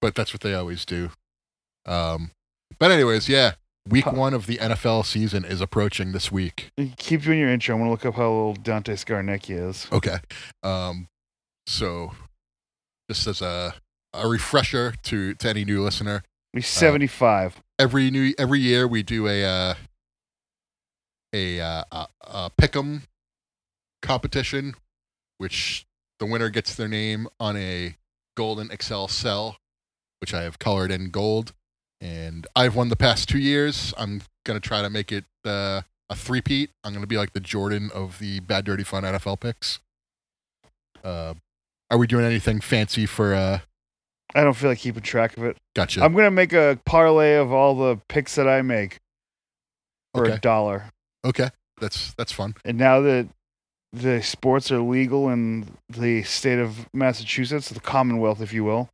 Speaker 2: But that's what they always do. Um but anyways, yeah, week
Speaker 1: Huh. 1
Speaker 2: 1 of the NFL season is approaching this week.
Speaker 1: Keep doing your intro. I'm gonna look up how old Dante Scarnecki is.
Speaker 2: Okay. Um so just as a a refresher to to any new listener,
Speaker 1: He's 75.
Speaker 2: every new every year we do a uh, a, uh, a, a pick'em competition, which the winner gets their name on a golden Excel cell, which I have colored in gold, and I've won the past two years. I'm gonna try to make it uh, a three-peat. I'm gonna be like the Jordan of the Bad Dirty Fun NFL picks. Uh, are we doing anything fancy for? Uh,
Speaker 1: I don't feel like keeping track of it.
Speaker 2: gotcha.
Speaker 1: I'm gonna make a parlay of all the picks that I make for
Speaker 2: okay.
Speaker 1: a dollar.
Speaker 2: Okay. That's that's fun.
Speaker 1: And now that the sports are legal in the state of Massachusetts, the Commonwealth, if you will,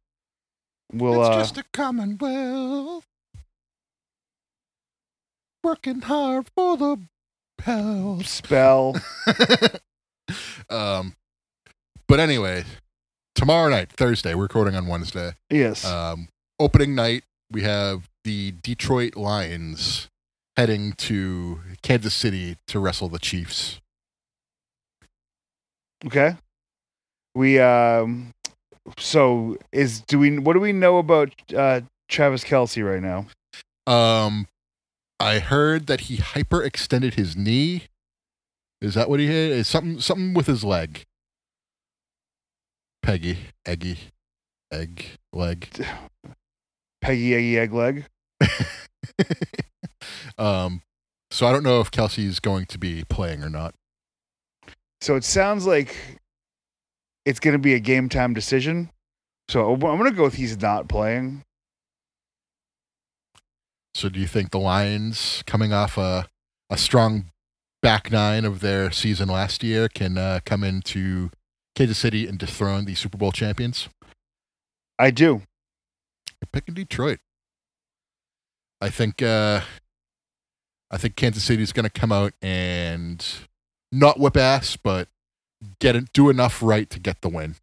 Speaker 1: will
Speaker 2: it's
Speaker 1: uh,
Speaker 2: just a commonwealth working hard for the bells.
Speaker 1: spell.
Speaker 2: um, but anyway, tomorrow night, Thursday, we're recording on Wednesday.
Speaker 1: yes,
Speaker 2: Um, opening night, we have the Detroit Lions heading to Kansas City to wrestle the Chiefs.
Speaker 1: okay. We um, so is do we what do we know about uh Travis Kelsey right now?
Speaker 2: Um, I heard that he hyperextended his knee. Is that what he had? Is something something with his leg? Peggy, Eggy, egg, leg.
Speaker 1: Peggy Eggy Egg Leg.
Speaker 2: um, so I don't know if Kelsey's going to be playing or not.
Speaker 1: So it sounds like it's going to be a game time decision. So I'm going to go with he's not playing.
Speaker 2: So do you think the Lions, coming off a a strong back nine of their season last year, can uh, come into Kansas City and dethrone the Super Bowl champions?
Speaker 1: I do.
Speaker 2: You're picking Detroit. I think uh, I think Kansas City is going to come out and not whip ass, but get it, do enough right to get the win.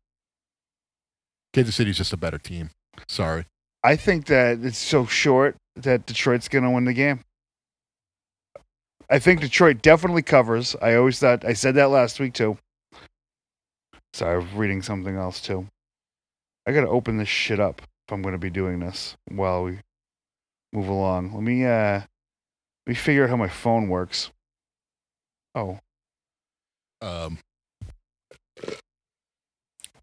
Speaker 2: Kansas City's just a better team. Sorry.
Speaker 1: I think that it's so short that Detroit's going to win the game. I think Detroit definitely covers. I always thought I said that last week too. Sorry, I'm reading something else too. I got to open this shit up if I'm going to be doing this while we move along. Let me uh let me figure out how my phone works. Oh,
Speaker 2: Um,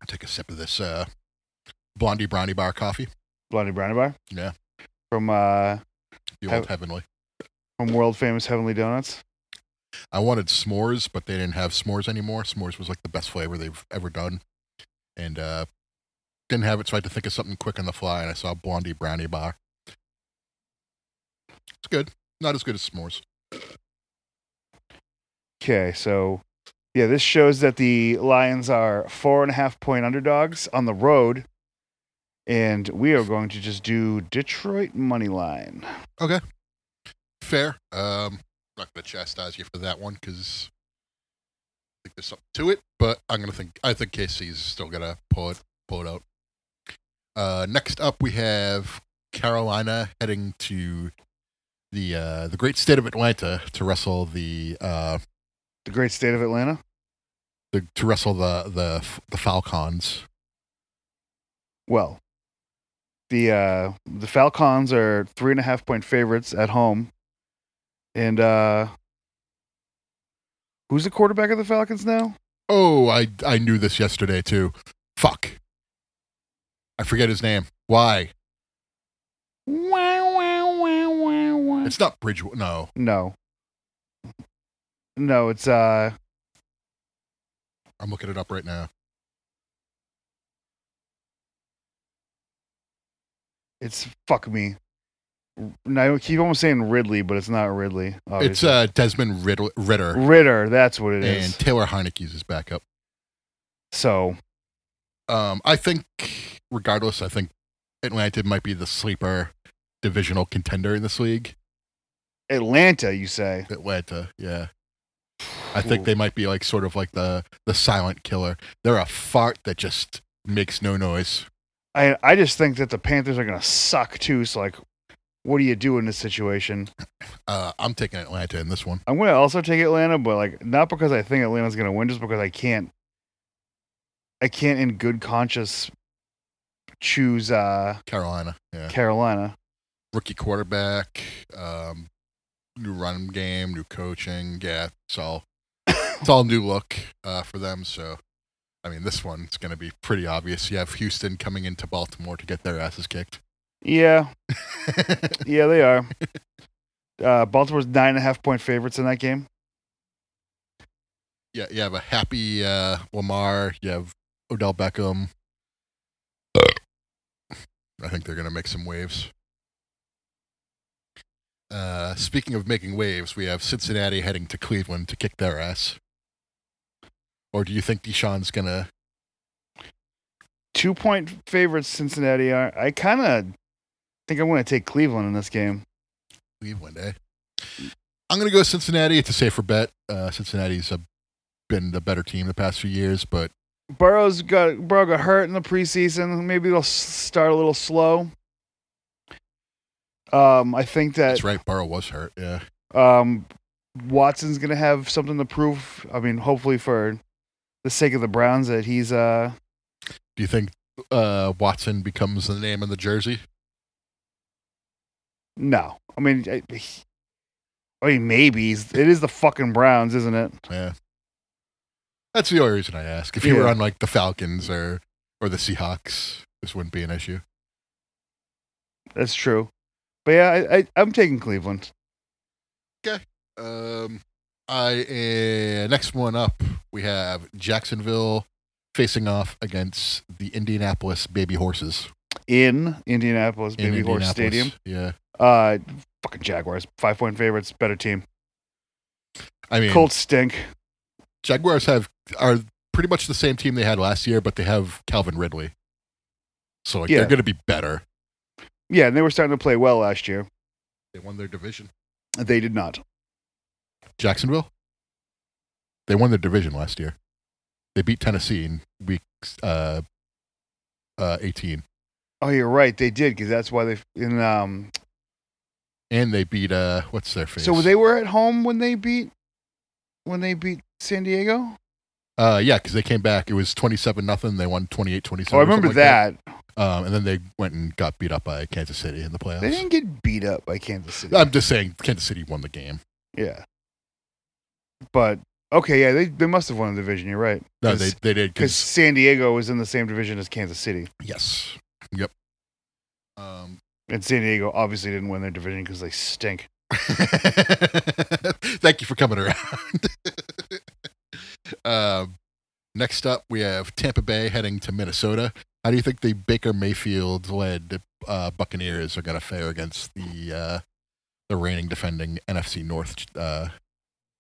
Speaker 2: I'll take a sip of this uh, Blondie Brownie Bar coffee,
Speaker 1: Blondie Brownie Bar.
Speaker 2: Yeah.
Speaker 1: From uh
Speaker 2: the
Speaker 1: How-
Speaker 2: old heavenly.
Speaker 1: from world famous Heavenly Donuts.
Speaker 2: I wanted s'mores, but they didn't have s'mores anymore. S'mores was like the best flavor they've ever done, and uh, didn't have it, so I had to think of something quick on the fly. And I saw Blondie Brownie Bar. It's good, not as good as s'mores.
Speaker 1: Okay, so yeah, this shows that the Lions are four and a half point underdogs on the road, and we are going to just do Detroit money line.
Speaker 2: Fair. Um, not gonna chastise you for that one because I think there's something to it, but I'm gonna think I think KC's still gonna pull it pull it out. Uh, next up we have Carolina heading to the uh, the great state of Atlanta to wrestle the uh,
Speaker 1: The great state of Atlanta.
Speaker 2: the to wrestle the the the Falcons.
Speaker 1: Well, the uh, the Falcons are three and a half point favorites at home, and uh, who's the quarterback of the Falcons now?
Speaker 2: Oh, I I knew this yesterday too. Fuck. I forget his name. Why?
Speaker 1: Wow, wow, wow, wow, wow.
Speaker 2: It's not Bridgewater. No.
Speaker 1: No, no, it's uh.
Speaker 2: I'm looking it up right now.
Speaker 1: It's fuck me. No, I keep almost saying Ridley, but it's not Ridley.
Speaker 2: It's
Speaker 1: Obviously.
Speaker 2: uh, Desmond Riddle, Ritter
Speaker 1: Ritter. That's what it is.
Speaker 2: and Taylor Heineke's his backup.
Speaker 1: so
Speaker 2: Um, I think, regardless, I think Atlanta might be the sleeper divisional contender in this league.
Speaker 1: Atlanta, you say?
Speaker 2: Atlanta, yeah. I think they might be like sort of like the the silent killer. They're a fart that just makes no noise.
Speaker 1: I I just think that the Panthers are gonna suck too. So like, what do you do in this situation?
Speaker 2: Uh, I'm taking Atlanta in this one.
Speaker 1: I'm gonna also take Atlanta, but like not because I think Atlanta's gonna win, just because I can't. I can't, in good conscience, choose uh,
Speaker 2: Carolina, yeah.
Speaker 1: Carolina.
Speaker 2: Rookie quarterback, um, new run game, new coaching. Yeah, it's all it's all new look uh, for them. So, I mean, this one's going to be pretty obvious. You have Houston coming into Baltimore to get their asses kicked.
Speaker 1: yeah, yeah, they are. Uh, Baltimore's nine and a half point favorites in that game.
Speaker 2: yeah, you have a happy uh, Lamar. You have Odell Beckham. I think they're going to make some waves. Uh, speaking of making waves, we have Cincinnati heading to Cleveland to kick their ass. Or do you think Deshaun's going to?
Speaker 1: two point favorites Cincinnati are. I kind of think I'm going to take Cleveland in this game.
Speaker 2: leave one day. eh? I'm going to go Cincinnati. It's a safer bet. Uh, Cincinnati's a, been the better team the past few years, but
Speaker 1: Burrow's got Burrow got hurt in the preseason. Maybe they'll s- start a little slow. Um, I think that
Speaker 2: that's right. Burrow was hurt. Yeah.
Speaker 1: um, Watson's going to have something to prove. I mean, hopefully for the sake of the Browns that he's uh
Speaker 2: Do you think uh, Watson becomes the name on the jersey?
Speaker 1: No, I mean, I, I mean, maybe he's- it is the fucking Browns, isn't it?
Speaker 2: Yeah. That's the only reason I ask. If you were
Speaker 1: Yeah.
Speaker 2: on like the Falcons or or the Seahawks, this wouldn't be an issue.
Speaker 1: That's true. But yeah, I, I, I'm taking Cleveland.
Speaker 2: Um, I uh, next one up we have Jacksonville facing off against the Indianapolis Baby Horses
Speaker 1: in Indianapolis,
Speaker 2: in
Speaker 1: Baby Horse
Speaker 2: Indianapolis.
Speaker 1: Stadium.
Speaker 2: Yeah,
Speaker 1: Uh, fucking Jaguars, five point favorites, better team.
Speaker 2: I mean
Speaker 1: Colts stink.
Speaker 2: Jaguars have are pretty much the same team they had last year, but they have Calvin Ridley, so like
Speaker 1: Yeah.
Speaker 2: they're going to be better.
Speaker 1: Yeah, and they were starting to play well last year.
Speaker 2: They won their division.
Speaker 1: They did not.
Speaker 2: Jacksonville. They won their division last year. They beat Tennessee in week uh, uh, 18,
Speaker 1: Oh, you're right. They did because that's why they in um.
Speaker 2: and they beat uh, what's their face?
Speaker 1: So they were at home when they beat when they beat San Diego.
Speaker 2: Uh, yeah, because they came back. It was 27 nothing. They won 28
Speaker 1: Oh,
Speaker 2: 27.
Speaker 1: I remember that.
Speaker 2: Um, and then they went and got beat up by Kansas City in the
Speaker 1: They
Speaker 2: playoffs.
Speaker 1: didn't get beat up by Kansas City.
Speaker 2: I'm just saying, Kansas City won the game.
Speaker 1: yeah, but okay, yeah, they they must have won the division. You're right.
Speaker 2: No, they, they did.
Speaker 1: because
Speaker 2: Cause,
Speaker 1: San Diego was in the same division as Kansas City,
Speaker 2: yes. Yep. Um,
Speaker 1: and San Diego obviously didn't win their division because they stink.
Speaker 2: Thank you for coming around. um, next up, we have Tampa Bay heading to Minnesota. How do you think the Baker Mayfield led uh, Buccaneers are going to fare against the uh, the reigning defending NFC North uh,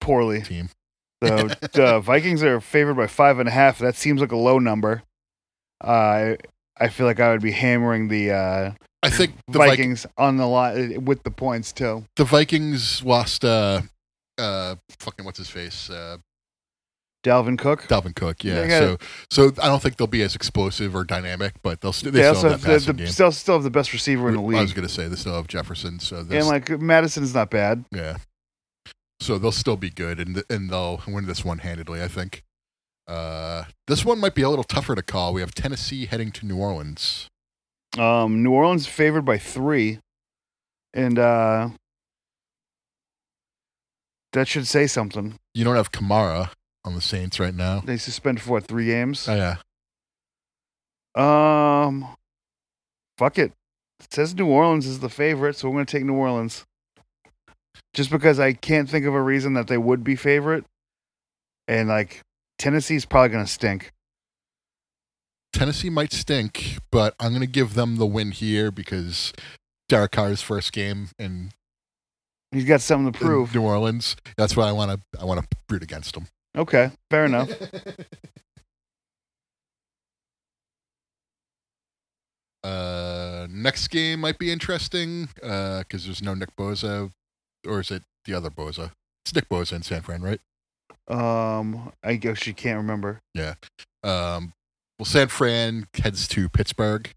Speaker 1: Poorly.
Speaker 2: team?
Speaker 1: The the Vikings are favored by five and a half. That seems like a low number. Uh, I I feel like I would be hammering the uh,
Speaker 2: I think the Vikings.
Speaker 1: Vikings on the line with the points too.
Speaker 2: the Vikings lost. Uh, uh, fucking what's his face? Uh,
Speaker 1: Dalvin Cook.
Speaker 2: Dalvin Cook. Yeah.
Speaker 1: They got
Speaker 2: So, so I don't think they'll be as explosive or dynamic, but they'll st- they,
Speaker 1: they
Speaker 2: still
Speaker 1: also
Speaker 2: have
Speaker 1: have
Speaker 2: that passing
Speaker 1: the,
Speaker 2: game.
Speaker 1: the, still still have the best receiver in the
Speaker 2: I was
Speaker 1: league,
Speaker 2: gonna say they still have Jefferson, so
Speaker 1: and
Speaker 2: there's
Speaker 1: like Madison's not bad.
Speaker 2: yeah. So they'll still be good, and and they'll win this one handedly. I think. Uh, this one might be a little tougher to call. We have Tennessee heading to New Orleans.
Speaker 1: Um, New Orleans favored by three, and uh, that should say something.
Speaker 2: You don't have Kamara on the Saints right now.
Speaker 1: They suspended for what, three games.
Speaker 2: Oh, yeah,
Speaker 1: Um, fuck it. It says New Orleans is the favorite, so I'm going to take New Orleans. Just because I can't think of a reason that they would be favorite, and like Tennessee's probably going to stink.
Speaker 2: Tennessee might stink, but I'm gonna give them the win here because Derek Carr's first game in
Speaker 1: He's got something to
Speaker 2: in
Speaker 1: prove.
Speaker 2: New Orleans. That's why I want to I want to root against them.
Speaker 1: Okay, fair enough.
Speaker 2: uh, next game might be interesting because there's no Nick Boza, or is it the other Boza? It's Nick Boza in San Fran, right?
Speaker 1: Um, I actually can't remember.
Speaker 2: Um, well, San Fran heads to Pittsburgh.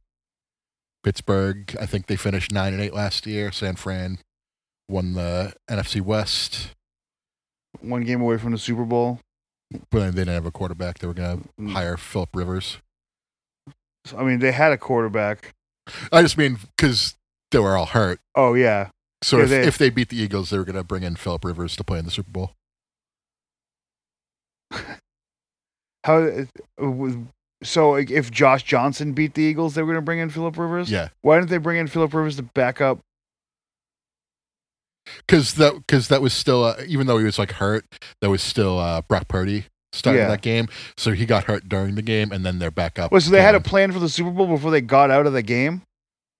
Speaker 2: Pittsburgh, I think they finished nine and eight last year. San Fran won the NFC West,
Speaker 1: One game away from the Super Bowl.
Speaker 2: but they didn't have a quarterback. They were going to
Speaker 1: Mm.
Speaker 2: hire Philip Rivers.
Speaker 1: So, I mean, they had a quarterback.
Speaker 2: I just mean because they were all hurt.
Speaker 1: Oh yeah,
Speaker 2: So
Speaker 1: Yeah,
Speaker 2: if,
Speaker 1: they-
Speaker 2: if they beat the Eagles, they were going to bring in Philip Rivers to play in the Super Bowl.
Speaker 1: how? uh, So if Josh Johnson beat the Eagles, they were going to bring in Philip Rivers.
Speaker 2: Yeah,
Speaker 1: Why didn't they bring in Philip Rivers to back up?
Speaker 2: because that because that was still uh, even though he was like hurt, that was still uh, Brock Purdy starting
Speaker 1: Yeah.
Speaker 2: that game. So he got hurt during the game, and then they're back up.
Speaker 1: Well, so they had a
Speaker 2: Yeah.
Speaker 1: plan for the Super Bowl before they got out of the game.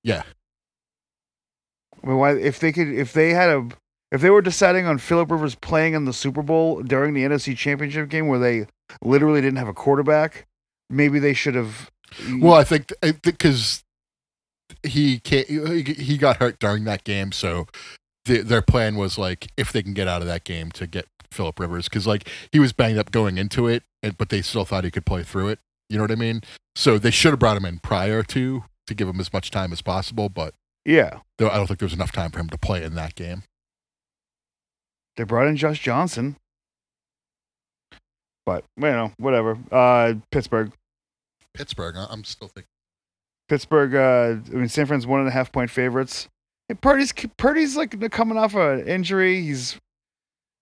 Speaker 2: Yeah.
Speaker 1: I mean, why? If they could, if they had a, if they were deciding on Philip Rivers playing in the Super Bowl during the NFC Championship game where they literally didn't have a quarterback, maybe they should have.
Speaker 2: Well, I think because he can't, he he got hurt during that game, so the, their plan was like if they can get out of that game to get Philip Rivers because like he was banged up going into it, and, but they still thought he could play through it. You know what I mean? So they should have brought him in prior to to give him as much time as possible, but
Speaker 1: yeah,
Speaker 2: there, I don't think there was enough time for him to play in that game.
Speaker 1: they brought in Josh Johnson. But you know, whatever. Uh, Pittsburgh.
Speaker 2: Pittsburgh, I- I'm still thinking
Speaker 1: Pittsburgh, uh, I mean, San Fran's one and a half point favorites. Hey, Purdy's Purdy's like coming off an injury. He's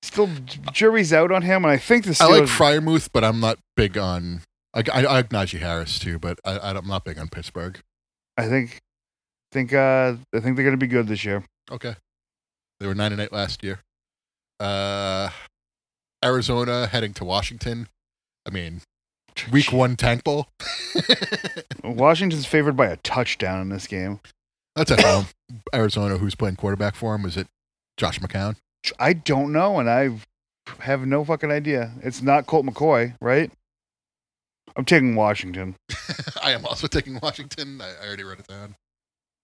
Speaker 1: still jury's out on him, and I think the Steelers.
Speaker 2: I like Fryermuth, but I'm not big on. I I, I like Najee Harris too, but I, I, am not big on Pittsburgh.
Speaker 1: I think, think uh, I think they're gonna be good this year.
Speaker 2: Okay, they were nine and eight last year. Uh, Arizona heading to Washington. I mean, week one tank bowl.
Speaker 1: Washington's favored by a touchdown in this game.
Speaker 2: That's at home. Arizona, who's playing quarterback for him? Is it Josh McCown?
Speaker 1: I don't know, and I have no fucking idea. It's not Colt McCoy, right? I'm taking Washington.
Speaker 2: I am also taking Washington. I, I already wrote it down.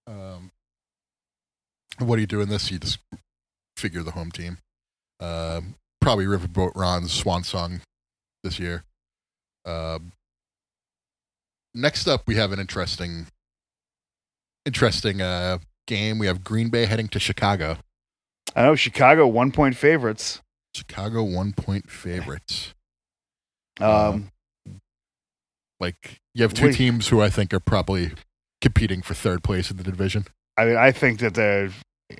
Speaker 2: Um, what are you doing this? You just figure the home team. Um, probably Riverboat Ron's swan song this year. Um, next up, we have an interesting, interesting uh, game. We have Green Bay heading to Chicago.
Speaker 1: I know Chicago one point favorites.
Speaker 2: Chicago one point favorites.
Speaker 1: Um,
Speaker 2: Um, like you have two
Speaker 1: wait.
Speaker 2: teams who I think are probably competing for third place in the division.
Speaker 1: I mean, I think that they're.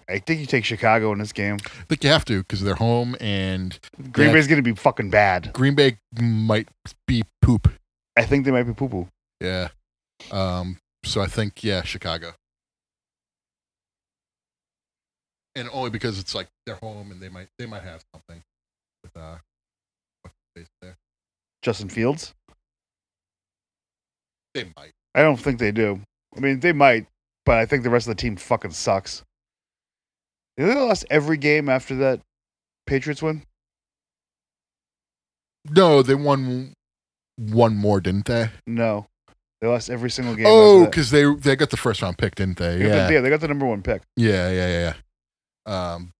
Speaker 1: I think you take Chicago in this game.
Speaker 2: I think you have to because they're home, and
Speaker 1: Green
Speaker 2: Yeah.
Speaker 1: Bay's gonna be fucking bad.
Speaker 2: Green Bay might be poop.
Speaker 1: I think they might be poo poo.
Speaker 2: Yeah. Um. So I think yeah, Chicago. And only because it's like they're home and they might they might have something with uh what's the face there.
Speaker 1: Justin Fields.
Speaker 2: They might.
Speaker 1: I don't think they do. I mean, they might, but I think the rest of the team fucking sucks. They lost every game after that Patriots win.
Speaker 2: No, they won one more, didn't they?
Speaker 1: No, they lost every single game.
Speaker 2: Oh,
Speaker 1: after that.
Speaker 2: because they they got the first round pick, didn't they?
Speaker 1: They got
Speaker 2: Yeah.
Speaker 1: the, yeah, they got the number one pick.
Speaker 2: Yeah, yeah, yeah, yeah. Um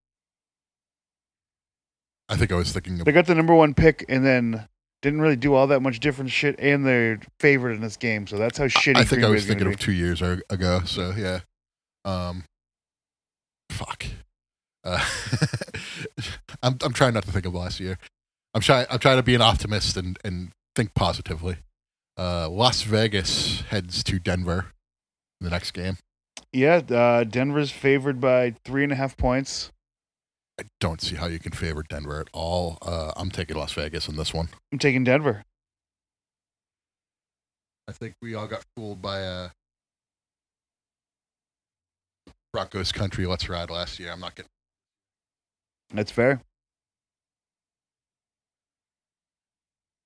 Speaker 2: I think I was thinking of
Speaker 1: They got the number one pick, and then didn't really do all that much different shit. And they're favored in this game, so that's how shitty.
Speaker 2: I think
Speaker 1: Green
Speaker 2: I was
Speaker 1: Bay's gonna
Speaker 2: thinking
Speaker 1: be.
Speaker 2: of two years ar- ago. So yeah, um, fuck. Uh, I'm I'm trying not to think of last year. I'm trying I'm trying to be an optimist and and think positively. Uh, Las Vegas heads to Denver in the next game.
Speaker 1: Yeah, uh, Denver's favored by three and a half points.
Speaker 2: I don't see how you can favor Denver at all. Uh, I'm taking Las Vegas in this one.
Speaker 1: I'm taking Denver.
Speaker 2: I think we all got fooled by uh, Broncos country. Let's ride last year. I'm not getting.
Speaker 1: That's fair.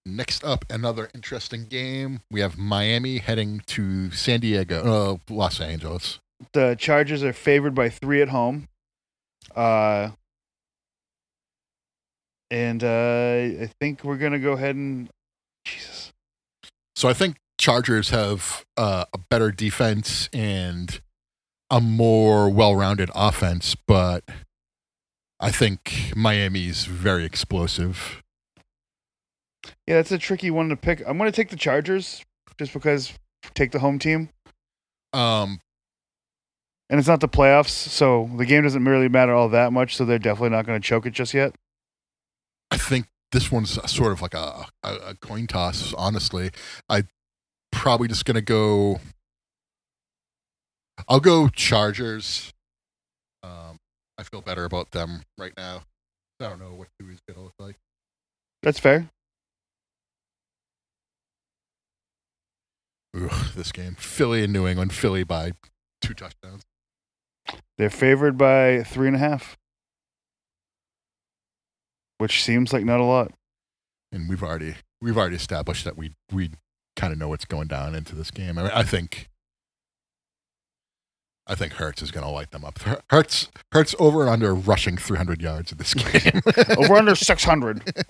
Speaker 2: Next up, another interesting game. We have Miami heading to San Diego, uh, Los Angeles.
Speaker 1: The Chargers are favored by three at home. Uh, and uh, I think we're gonna go ahead and Jesus.
Speaker 2: So I think Chargers have uh, a better defense and a more well-rounded offense, but I think Miami's very explosive.
Speaker 1: Yeah, that's a tricky one to pick. I'm gonna take the Chargers just because take the home team,
Speaker 2: Um,
Speaker 1: and it's not the playoffs, so the game doesn't really matter all that much. So they're definitely not gonna choke it just yet.
Speaker 2: I think this one's sort of like a, a, a coin toss, honestly. I probably just gonna go I'll go Chargers. Um I feel better about them right now. I don't know what two is gonna look like.
Speaker 1: That's fair.
Speaker 2: Ugh, this game. Philly and New England, Philly by two touchdowns.
Speaker 1: They're favored by three and a half, which seems like not a lot.
Speaker 2: And we've already we've already established that we we kinda know what's going down into this game. I mean, I think I think Hertz is going to light them up. Hertz, Hertz over and under rushing 300 yards in this game.
Speaker 1: Over under 600.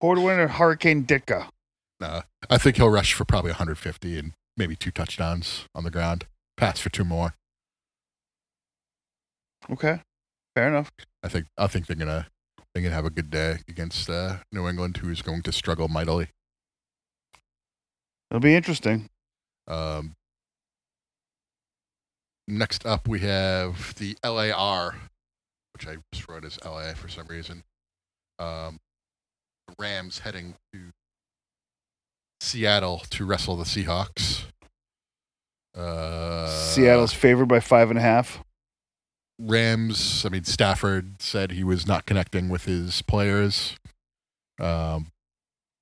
Speaker 1: Quarter winner Hurricane Ditka.
Speaker 2: No, I think he'll rush for probably 150 and maybe two touchdowns on the ground. Pass for two more.
Speaker 1: Okay. Fair enough.
Speaker 2: I think I think they're gonna they're gonna have a good day against uh, New England, who is going to struggle mightily.
Speaker 1: It'll be interesting.
Speaker 2: Um, next up, we have the LAR, which I just wrote as LA for some reason. Um, the Rams heading to Seattle to wrestle the Seahawks. Uh,
Speaker 1: Seattle's favored by five and a half.
Speaker 2: Rams. I mean, Stafford said he was not connecting with his players. Um,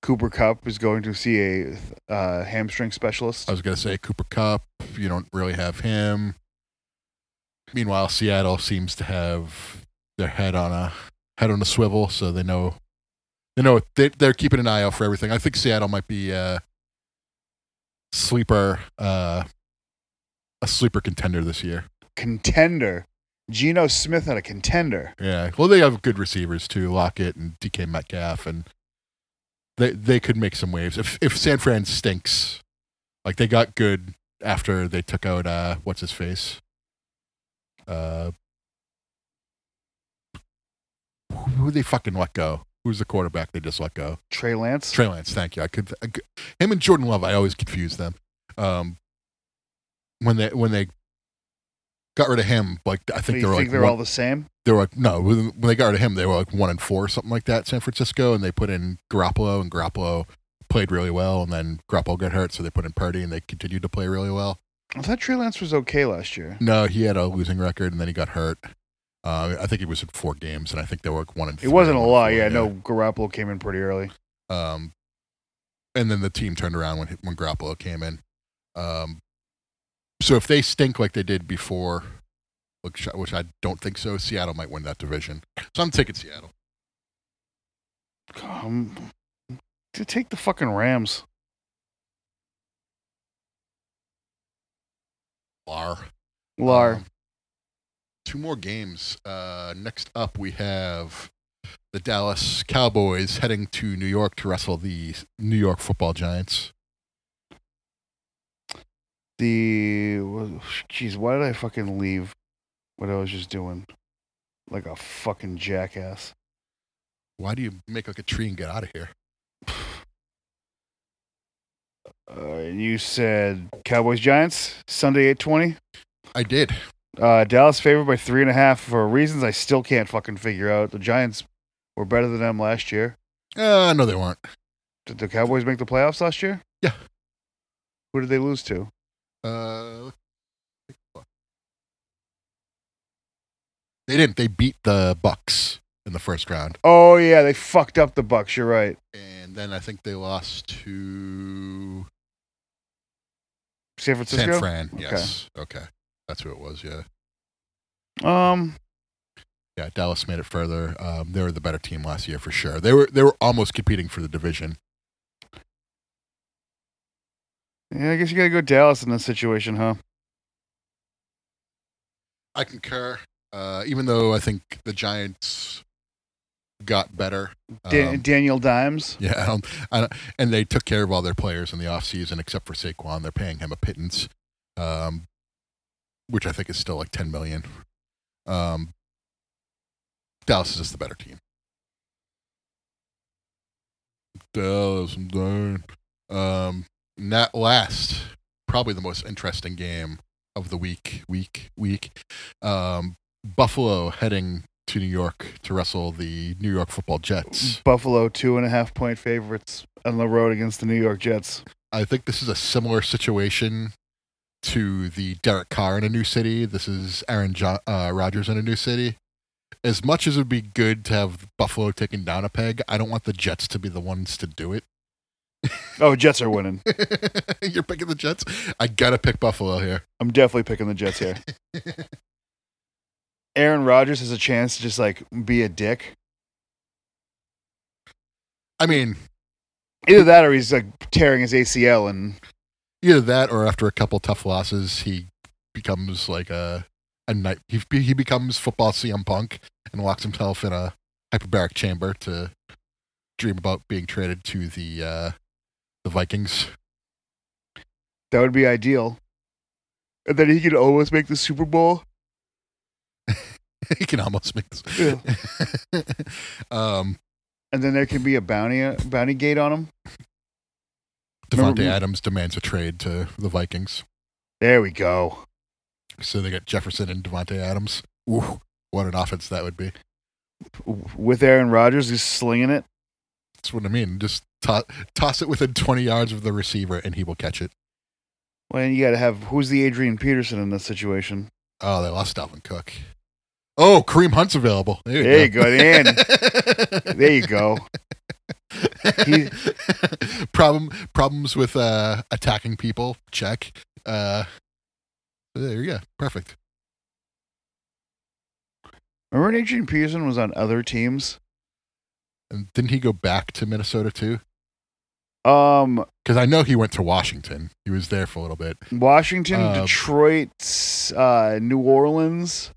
Speaker 1: Cooper Cup is going to see a uh, hamstring specialist.
Speaker 2: I was gonna say Cooper Cup. You don't really have him. Meanwhile, Seattle seems to have their head on a head on a swivel, so they know they know they, they're keeping an eye out for everything. I think Seattle might be a sleeper uh, a sleeper contender this year.
Speaker 1: Contender. Geno Smith and a contender.
Speaker 2: Yeah, well, they have good receivers too, Lockett and DK Metcalf, and they they could make some waves if if San Fran stinks. Like they got good after they took out uh what's his face. Uh, who they fucking let go? Who's the quarterback they just let go?
Speaker 1: Trey Lance.
Speaker 2: Trey Lance. Thank you. I could, I could him and Jordan Love. I always confuse them. Um, when they when they got rid of him, like I
Speaker 1: Do
Speaker 2: think
Speaker 1: you
Speaker 2: they were
Speaker 1: think
Speaker 2: like
Speaker 1: they're
Speaker 2: one-
Speaker 1: all the same?
Speaker 2: they were like no when when they got rid of him they were like one and four something like that San Francisco and they put in Garoppolo and Garoppolo played really well and then Garoppolo got hurt so they put in Purdy and they continued to play really well.
Speaker 1: I thought Trey Lance was okay last year.
Speaker 2: No, he had a losing record and then he got hurt. Uh, I think he was in four games and I think they were like one and.
Speaker 1: It wasn't a
Speaker 2: three, one and
Speaker 1: lot.
Speaker 2: four,
Speaker 1: Yeah, no, Garoppolo came in pretty early.
Speaker 2: Um, and then the team turned around when when Garoppolo came in. Um, so if they stink like they did before, which, which I don't think so, Seattle might win that division. So I'm taking Seattle.
Speaker 1: Um, to take the fucking Rams.
Speaker 2: Lar.
Speaker 1: Lar.
Speaker 2: Um, two more games. Uh, next up, we have the Dallas Cowboys heading to New York to wrestle the New York Football Giants.
Speaker 1: the wha- jeez, why did I fucking leave what I was just doing? Like a fucking jackass.
Speaker 2: Why do you make like a tree and get out of here?
Speaker 1: Uh, you said Cowboys Giants Sunday eight twenty.
Speaker 2: I did.
Speaker 1: Uh, Dallas favored by three and a half for reasons I still can't fucking figure out. The Giants were better than them last year.
Speaker 2: Uh, no, they weren't.
Speaker 1: Did the Cowboys make the playoffs last year?
Speaker 2: Yeah.
Speaker 1: Who did they lose to?
Speaker 2: Uh, they didn't. They beat the Bucks in the first round,
Speaker 1: Oh yeah, they fucked up the Bucks. You're right.
Speaker 2: and then I think they lost to
Speaker 1: San Francisco.
Speaker 2: San Fran.
Speaker 1: Okay.
Speaker 2: Yes. okay, that's who it was. Yeah.
Speaker 1: Um,
Speaker 2: Yeah, Dallas made it further. Um, they were the better team last year for sure. They were they were almost competing for the division.
Speaker 1: yeah, I guess you gotta go Dallas in this situation, huh?
Speaker 2: I concur. Uh, even though I think the Giants got better.
Speaker 1: Dan-
Speaker 2: Um,
Speaker 1: Daniel Dimes.
Speaker 2: yeah, I don't, I don't, and they took care of all their players in the offseason except for Saquon. They're paying him a pittance, um, which I think is still like ten million. Um, Dallas is just the better team. Dallas, I'm down. Um, and that last, probably the most interesting game of the week, week, week. Um, Buffalo heading to New York to wrestle the New York Football Jets.
Speaker 1: Buffalo two and a half point favorites on the road against the New York Jets.
Speaker 2: I think this is a similar situation to the Derek Carr in a new city. This is Aaron jo- uh, Rodgers in a new city. As much as it would be good to have Buffalo taken down a peg, I don't want the Jets to be the ones to do it.
Speaker 1: Oh, Jets are winning.
Speaker 2: You're picking the Jets. I gotta pick Buffalo here.
Speaker 1: I'm definitely picking the Jets here. Aaron Rodgers has a chance to just like be a dick.
Speaker 2: I mean,
Speaker 1: Either that or he's like tearing his ACL and
Speaker 2: either that or after a couple tough losses, he becomes like a a night. He he becomes football CM Punk and locks himself in a hyperbaric chamber to dream about being traded to the uh, the Vikings.
Speaker 1: that would be ideal. And then he could almost make the Super Bowl.
Speaker 2: he can almost make this.
Speaker 1: Yeah.
Speaker 2: um,
Speaker 1: And then there can be a bounty uh, bounty gate on him.
Speaker 2: Devontae
Speaker 1: Remember-
Speaker 2: Adams demands a trade to the Vikings,
Speaker 1: There we go.
Speaker 2: so they got Jefferson and Devontae Adams. Ooh, what an offense that would be!
Speaker 1: With Aaron Rodgers, he's slinging it.
Speaker 2: That's what I mean. Just to- toss it within twenty yards of the receiver, and he will catch it.
Speaker 1: Well, and you got to have who's the Adrian Peterson in this situation?
Speaker 2: Oh, they lost Dalvin Cook. Oh, Kareem Hunt's available. There you
Speaker 1: There you
Speaker 2: go.
Speaker 1: go. Dan. there you go. He-
Speaker 2: Problem problems with uh, attacking people. Check. Uh, there you go. Perfect.
Speaker 1: Remember when Adrian Peterson was on other teams?
Speaker 2: And didn't he go back to Minnesota too?
Speaker 1: Um,
Speaker 2: Because I know he went to Washington. He was there for a little bit.
Speaker 1: Washington,
Speaker 2: Uh,
Speaker 1: Detroit, s- uh, New Orleans.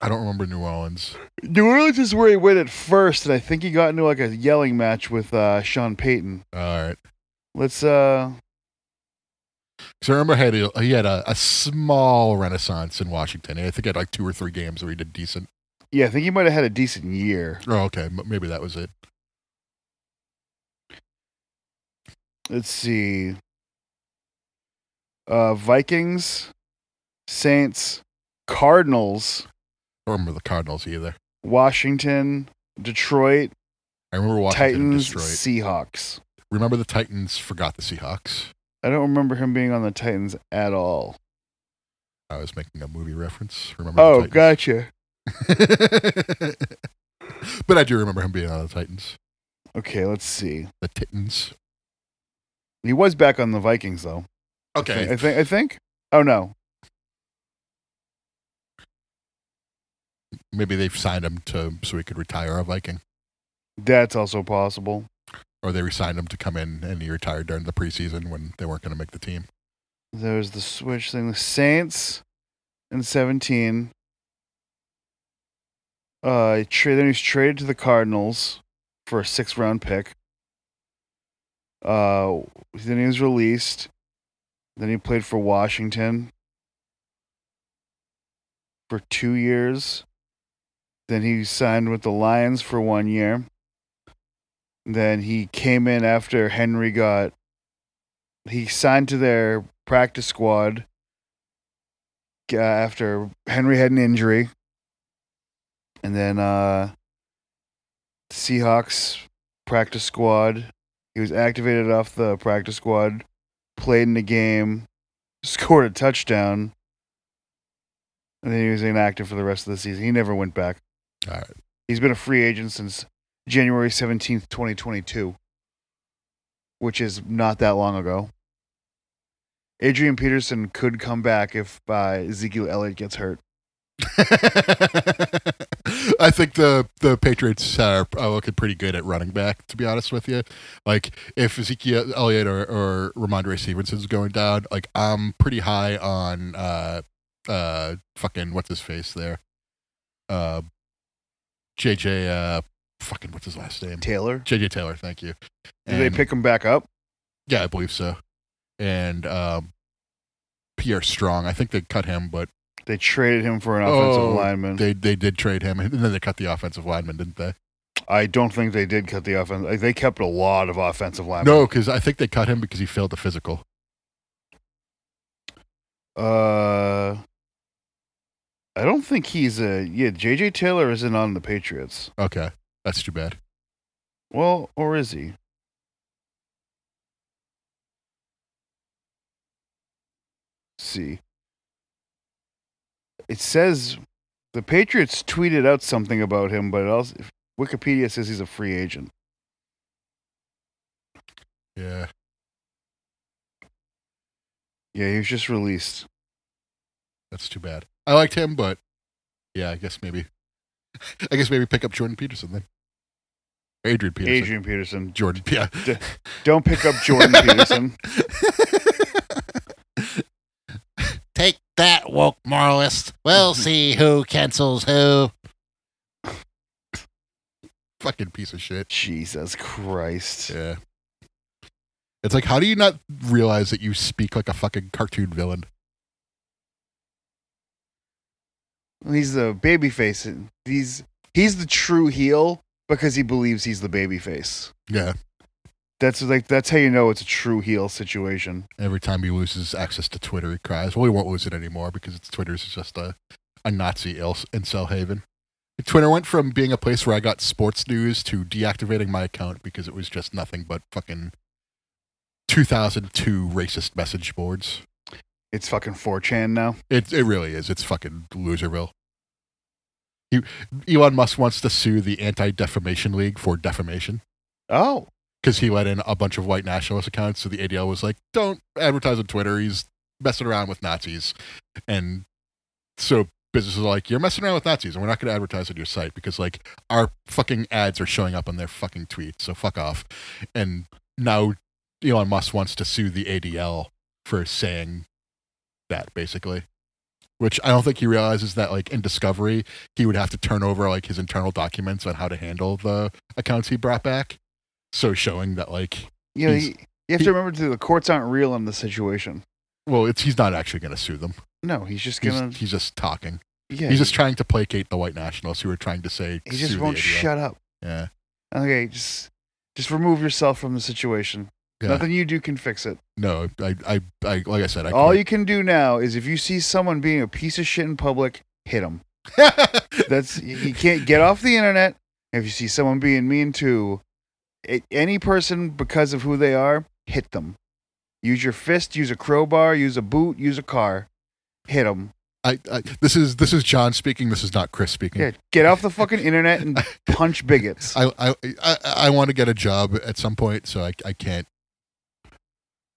Speaker 2: I don't remember New Orleans.
Speaker 1: New Orleans is where he went at first, and I think he got into like a yelling match with uh, Sean Payton.
Speaker 2: All right.
Speaker 1: Let's uh,
Speaker 2: Because I remember he had, a, he had a, a small renaissance in Washington. I think he had like two or three games where he did decent.
Speaker 1: yeah, I think he might have had a decent year.
Speaker 2: Oh, okay. M- Maybe that was it.
Speaker 1: Let's see. Uh, Vikings, Saints, Cardinals,
Speaker 2: I don't remember the Cardinals either.
Speaker 1: Washington, Detroit,
Speaker 2: I remember Washington and
Speaker 1: Titans,
Speaker 2: Detroit.
Speaker 1: Seahawks.
Speaker 2: Remember the Titans forgot the Seahawks.
Speaker 1: I don't remember him being on the Titans at all.
Speaker 2: I was making a movie reference. Remember?
Speaker 1: Oh,
Speaker 2: the Titans.
Speaker 1: gotcha.
Speaker 2: but I do remember him being on the Titans.
Speaker 1: Okay, let's see.
Speaker 2: The Titans.
Speaker 1: He was back on the Vikings though. I think. I think. Oh no.
Speaker 2: Maybe they've signed him to so he could retire a Viking,
Speaker 1: That's also possible.
Speaker 2: or they resigned him to come in and he retired during the preseason when they weren't going to make the team.
Speaker 1: There's the switch thing. The Saints and 17. Uh, he tra- then he's traded to the Cardinals for a six round pick. Uh, then he was released. Then he played for Washington for two years. Then he signed with the Lions for one year. Then he came in after Henry got. He signed to their practice squad uh, after Henry had an injury. And then uh, Seahawks practice squad. He was activated off the practice squad, played in the game, scored a touchdown. And then he was inactive for the rest of the season. He never went back.
Speaker 2: All right.
Speaker 1: He's been a free agent since January 17th, 2022, which is not that long ago. Adrian Peterson could come back if uh, Ezekiel Elliott gets hurt.
Speaker 2: I think the the Patriots are, are looking pretty good at running back. To be honest with you, like if Ezekiel Elliott or, or Ramondre Stevenson's going down, like I'm pretty high on uh uh fucking what's his face there, uh JJ uh fucking what's his last name
Speaker 1: Taylor?
Speaker 2: JJ Taylor. Thank you.
Speaker 1: Do they
Speaker 2: And-
Speaker 1: pick him back up?
Speaker 2: yeah, I believe so. And um, Pierre Strong, I think they cut him, but
Speaker 1: They traded him for an offensive
Speaker 2: Oh,
Speaker 1: lineman.
Speaker 2: they they did trade him, and then they cut the offensive lineman, didn't they?
Speaker 1: I don't think they did cut the offense. They kept a lot of offensive linemen.
Speaker 2: No, because I think they cut him because he failed the physical.
Speaker 1: Uh, I don't think he's a. Yeah, J.J. Taylor isn't on the Patriots.
Speaker 2: Okay, that's too bad.
Speaker 1: Well, or is he? see. It says the Patriots tweeted out something about him, but it also, Wikipedia says he's a free agent.
Speaker 2: Yeah,
Speaker 1: Yeah, he was just released.
Speaker 2: that's too bad. I liked him, but yeah, I guess maybe, I guess maybe pick up Jordan Peterson then. Adrian Peterson.
Speaker 1: Adrian Peterson.
Speaker 2: Jordan, yeah.
Speaker 1: D- Don't pick up Jordan Peterson.
Speaker 2: Take that, woke moralist. We'll see who cancels who. Fucking piece of shit.
Speaker 1: Jesus Christ.
Speaker 2: Yeah. It's like, how do you not realize that you speak like a fucking cartoon villain?
Speaker 1: He's the babyface. and He's he's the true heel because he believes he's the babyface.
Speaker 2: Yeah.
Speaker 1: That's like that's how you know it's a true heel situation.
Speaker 2: Every time he loses access to Twitter, he cries. Well, he won't lose it anymore because it's Twitter's just a, a Nazi il- incel haven. Twitter went from being a place where I got sports news to deactivating my account because it was just nothing but fucking 2002 racist message boards.
Speaker 1: It's fucking 4chan now.
Speaker 2: It it really is. It's fucking loserville. He, Elon Musk wants to sue the Anti Defamation League for defamation
Speaker 1: Oh,
Speaker 2: because he let in a bunch of white nationalist accounts. So the ADL was like, "Don't advertise on Twitter. He's messing around with Nazis," and so businesses are like, "You're messing around with Nazis, and we're not going to advertise on your site because like our fucking ads are showing up on their fucking tweets. So fuck off." And now Elon Musk wants to sue the ADL for saying that basically. Which I don't think he realizes that, like in Discovery, he would have to turn over like his internal documents on how to handle the accounts he brought back so showing that like
Speaker 1: you know,
Speaker 2: He's-
Speaker 1: you, you have
Speaker 2: he-
Speaker 1: to remember too, the courts aren't real in this situation.
Speaker 2: well it's he's not actually going to sue them
Speaker 1: No, he's just
Speaker 2: he's,
Speaker 1: gonna.
Speaker 2: he's just talking
Speaker 1: yeah,
Speaker 2: he's just trying to placate the white nationalists who are trying to say
Speaker 1: he just
Speaker 2: "Sue the
Speaker 1: won't
Speaker 2: ADL."
Speaker 1: shut up.
Speaker 2: yeah
Speaker 1: Okay, just just remove yourself from the situation.
Speaker 2: Yeah.
Speaker 1: Nothing you do can fix it.
Speaker 2: no I, I i like i said i
Speaker 1: All
Speaker 2: quit.
Speaker 1: you can do now is if you see someone being a piece of shit in public, hit them. That's you- you can't get off the internet. If you see someone being mean to a- any person because of who they are, hit them. Use your fist, use a crowbar, use a boot, use a car. Hit them.
Speaker 2: I, I this is this is john speaking this is not chris speaking
Speaker 1: Yeah, get off the fucking internet and punch bigots.
Speaker 2: I, I I I want to get a job at some point, so I I can't.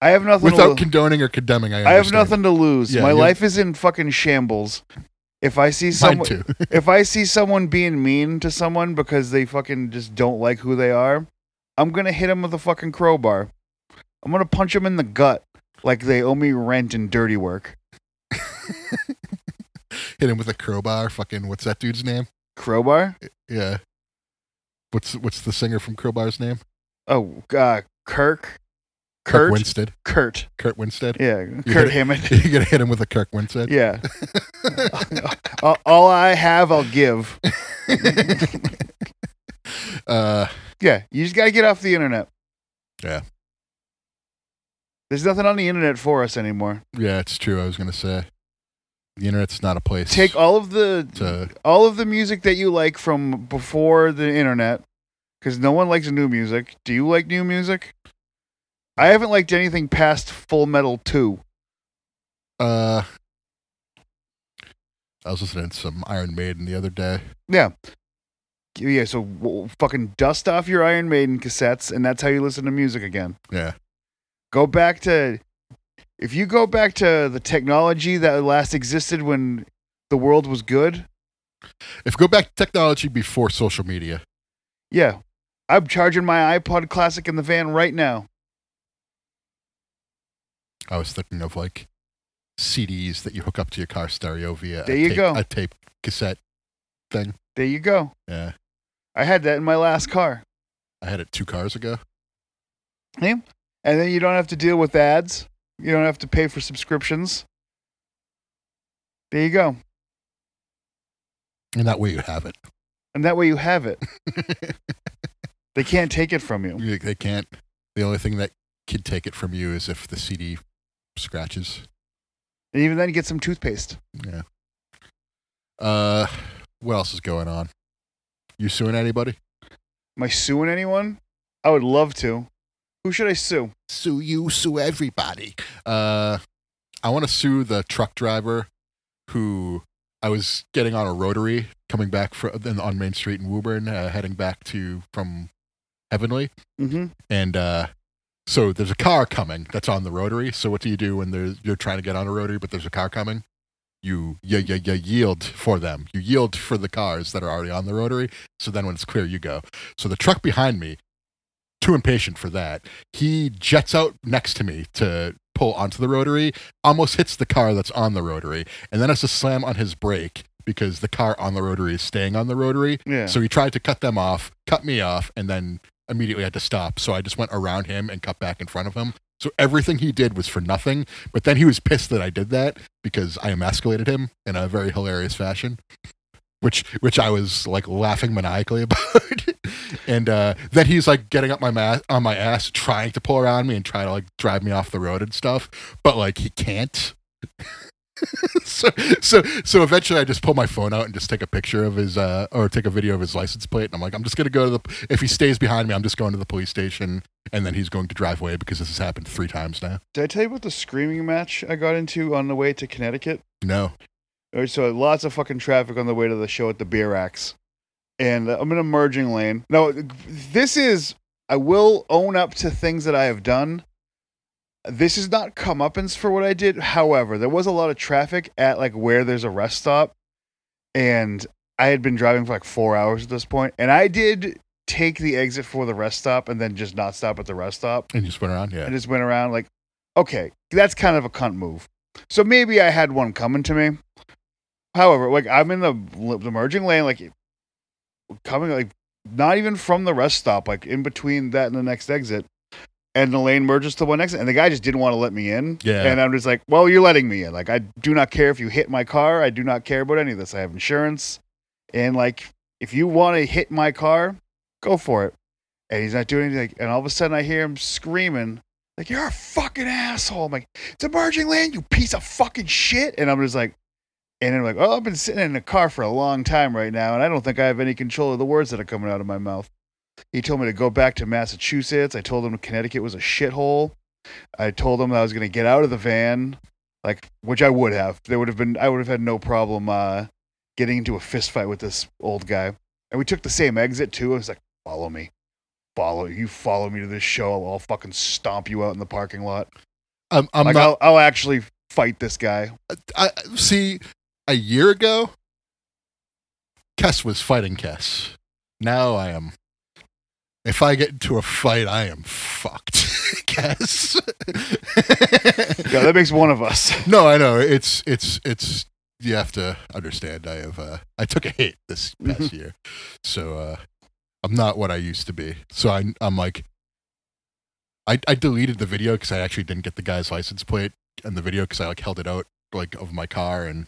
Speaker 1: I have nothing. to
Speaker 2: Without
Speaker 1: lo-
Speaker 2: condoning or condemning, I,
Speaker 1: I have
Speaker 2: understand.
Speaker 1: nothing to lose.
Speaker 2: Yeah,
Speaker 1: My
Speaker 2: you-
Speaker 1: life is in fucking shambles. If I see someone,
Speaker 2: Mine too.
Speaker 1: if I see someone being mean to someone because they fucking just don't like who they are, I'm gonna hit them with a fucking crowbar. I'm gonna punch them in the gut like they owe me rent and dirty work.
Speaker 2: Hit him with a crowbar. Fucking what's that dude's name?
Speaker 1: Crowbar?
Speaker 2: Yeah. What's what's the singer from Crowbar's name?
Speaker 1: Oh, uh, Kirk.
Speaker 2: Kirk
Speaker 1: Kurt.
Speaker 2: Winstead.
Speaker 1: Kurt.
Speaker 2: Kurt Winstead.
Speaker 1: Yeah, Kurt
Speaker 2: hit-
Speaker 1: Hammett.
Speaker 2: You're gonna hit him with a Kirk Winstead.
Speaker 1: Yeah. all, all I have, I'll give.
Speaker 2: uh,
Speaker 1: Yeah, you just gotta get off the internet.
Speaker 2: Yeah.
Speaker 1: There's nothing on the internet for us anymore.
Speaker 2: yeah, it's true. I was gonna say the internet's not a place.
Speaker 1: Take all of the
Speaker 2: to,
Speaker 1: all of the music that you like from before the internet because no one likes new music do you like new music i haven't liked anything past full metal 2
Speaker 2: uh, I was listening to some Iron Maiden the other day.
Speaker 1: yeah yeah so w- fucking dust off your iron maiden cassettes and that's how you listen to music again
Speaker 2: Yeah,
Speaker 1: go back to if you go back to the technology that last existed when the world was good
Speaker 2: if go back to technology before social media,
Speaker 1: yeah i'm charging my ipod classic in the van right now
Speaker 2: I was thinking of like CDs that you hook up to your car stereo via.
Speaker 1: There
Speaker 2: a
Speaker 1: you
Speaker 2: tape,
Speaker 1: go.
Speaker 2: A tape cassette thing.
Speaker 1: there you go
Speaker 2: Yeah,
Speaker 1: i had that in my last car
Speaker 2: I had it two cars ago.
Speaker 1: And then you don't have to deal with ads. You don't have to pay for subscriptions. There you go.
Speaker 2: And that way you have it.
Speaker 1: And that way you have it. They can't take it from you.
Speaker 2: You- they can't. The only thing that could take it from you is if the CD scratches.
Speaker 1: And even then, get some toothpaste.
Speaker 2: Yeah. Uh, what else is going on? You suing anybody?
Speaker 1: Am I suing anyone? I would love to. Who should I sue?
Speaker 2: Sue you, sue everybody. Uh, I want to sue the truck driver who I was getting on a rotary coming back fro- then on Main Street in Woburn, uh, heading back to from Heavenly.
Speaker 1: Mm-hmm.
Speaker 2: and uh, so there's a car coming that's on the rotary. So what do you do when there's, you're trying to get on a rotary, but there's a car coming? You you, you, you yield for them. You yield for the cars that are already on the rotary. So then when it's clear, you go. So the truck behind me, too impatient for that, he jets out next to me to pull onto the rotary, almost hits the car that's on the rotary, and then has to slam on his brake because the car on the rotary is staying on the rotary.
Speaker 1: Yeah.
Speaker 2: So he tried to cut them off, cut me off, and then immediately had to stop. So I just went around him and cut back in front of him. So everything he did was for nothing. But then he was pissed that I did that because I emasculated him in a very hilarious fashion. Which, which I was like laughing maniacally about, and uh, then he's like getting up my ma- on my ass, trying to pull around me and try to like drive me off the road and stuff, but like he can't. so so so eventually I just pull my phone out and just take a picture of his uh or take a video of his license plate and I'm like I'm just gonna go to the if he stays behind me I'm just going to the police station and then he's going to drive away because this has happened three times now.
Speaker 1: Did I tell you about the screaming match I got into on the way to Connecticut?
Speaker 2: No.
Speaker 1: All right, so lots of fucking traffic on the way to the show at the beer racks, and uh, I'm in a merging lane. Now this is I will own up to things that I have done. This is not comeuppance for what I did. However, there was a lot of traffic at like where there's a rest stop, and I had been driving for like four hours at this point, and I did take the exit for the rest stop and then just not stop at the rest stop.
Speaker 2: And you spin around, yeah.
Speaker 1: I just went around like, okay, that's kind of a cunt move. So maybe I had one coming to me. However, like I'm in the the merging lane, like coming like not even from the rest stop, like in between that and the next exit. And the lane merges to one exit, and the guy just didn't want to let me in.
Speaker 2: Yeah.
Speaker 1: And I'm just like, well, you're letting me in. Like, I do not care if you hit my car. I do not care about any of this. I have insurance. And, like, if you want to hit my car, go for it. And he's not doing anything. Like, and all of a sudden, I hear him screaming, like, you're a fucking asshole. I'm like, it's a merging lane, you piece of fucking shit. And I'm just like, and I'm like, oh, I've been sitting in a car for a long time right now, and I don't think I have any control of the words that are coming out of my mouth. He told me to go back to Massachusetts. I told him Connecticut was a shithole. I told him that I was going to get out of the van, like which I would have. There would have been I would have had no problem uh, getting into a fist fight with this old guy. And we took the same exit too. I was like, follow me, follow you, follow me to this show. I'll, I'll fucking stomp you out in the parking lot.
Speaker 2: I'm, Um, I'm
Speaker 1: like
Speaker 2: not.
Speaker 1: I'll, I'll actually fight this guy.
Speaker 2: I, see. A year ago, Kess was fighting Kess. Now I am. If I get into a fight, I am fucked. Kess.
Speaker 1: Yeah, that makes one of us.
Speaker 2: No, I know. It's it's it's you have to understand I have uh I took a hit this past year. So uh I'm not what I used to be. So I I'm like I I deleted the video cuz I actually didn't get the guy's license plate and the video cuz I like held it out like of my car and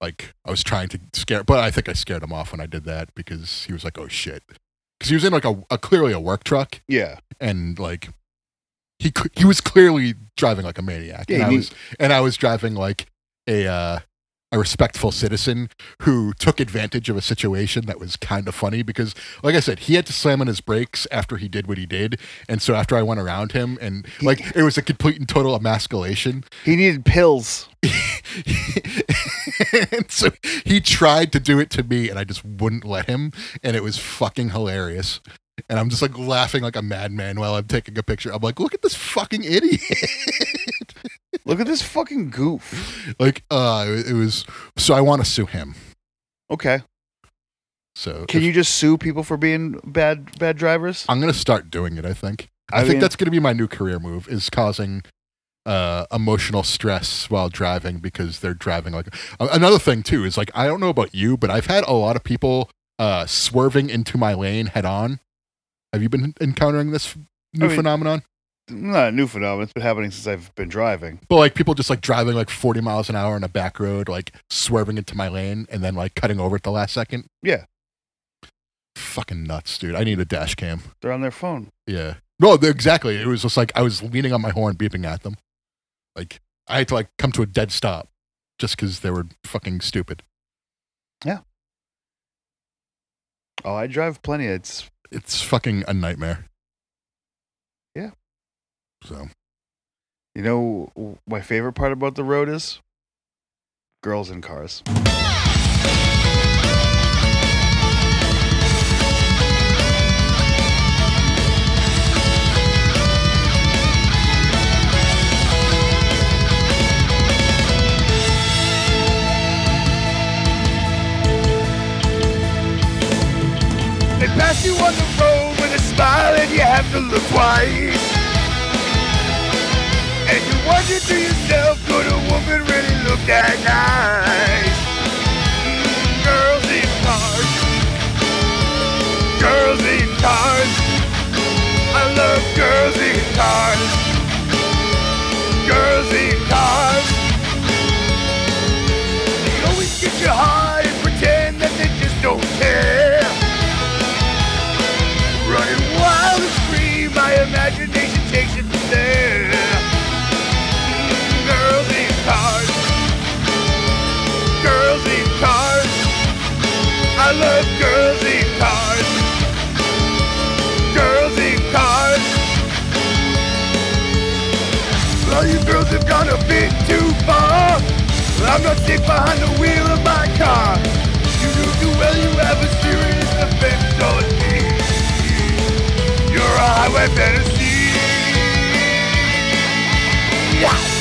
Speaker 2: like I was trying to scare but I think I scared him off when I did that because he was like oh shit. Cuz he was in like a, a clearly a work truck
Speaker 1: Yeah,
Speaker 2: and like he cl- he was clearly driving like a maniac,
Speaker 1: Yeah,
Speaker 2: and I
Speaker 1: he-
Speaker 2: was and I was driving like a uh, a respectful citizen who took advantage of a situation that was kind of funny because, like I said, he had to slam on his brakes after he did what he did, and so after I went around him and
Speaker 1: He-
Speaker 2: like it was a complete and total emasculation.
Speaker 1: he needed pills.
Speaker 2: and so he tried to do it to me and I just wouldn't let him and it was fucking hilarious. And I'm just like laughing like a madman while I'm taking a picture. I'm like, look at this fucking idiot.
Speaker 1: Look at this fucking goof.
Speaker 2: like uh it, it was so I want to sue him.
Speaker 1: Okay.
Speaker 2: So
Speaker 1: Can
Speaker 2: if-
Speaker 1: you just sue people for being bad bad drivers?
Speaker 2: I'm going to start doing it, I think. I,
Speaker 1: I
Speaker 2: think
Speaker 1: mean-
Speaker 2: that's going to be my new career move is causing uh, emotional stress while driving because they're driving like A- another thing too is like I don't know about you, but I've had a lot of people uh, swerving into my lane head on. Have you been encountering this new
Speaker 1: mean-
Speaker 2: phenomenon?
Speaker 1: Not a new phenomenon. It's been happening since I've been driving.
Speaker 2: But like people just like driving like 40 miles an hour on a back road, like swerving into my lane and then like cutting over at the last second.
Speaker 1: Yeah.
Speaker 2: Fucking nuts, dude. I need a dash cam.
Speaker 1: They're on their phone.
Speaker 2: Yeah. No, th- exactly. It was just like I was leaning on my horn, beeping at them. Like I had to like come to a dead stop just because they were fucking stupid.
Speaker 1: Oh, I drive plenty. It's
Speaker 2: It's fucking a nightmare.
Speaker 1: Yeah.
Speaker 2: So
Speaker 1: you know w- my favorite part about the road is girls in cars. They pass you on the road with a smile and you have to look twice. And you wonder to yourself, could a woman really look that nice? Mm, girls in cars. Girls in cars. I love girls in cars. Girls in cars. They always get you high and pretend that they just don't care. Running wild and free, my imagination takes it from there. Girls in cars. gone a bit too far. I'm not safe behind the wheel of my car. You do too well, you have a serious offense on me. You're a highway fantasy. Yeah.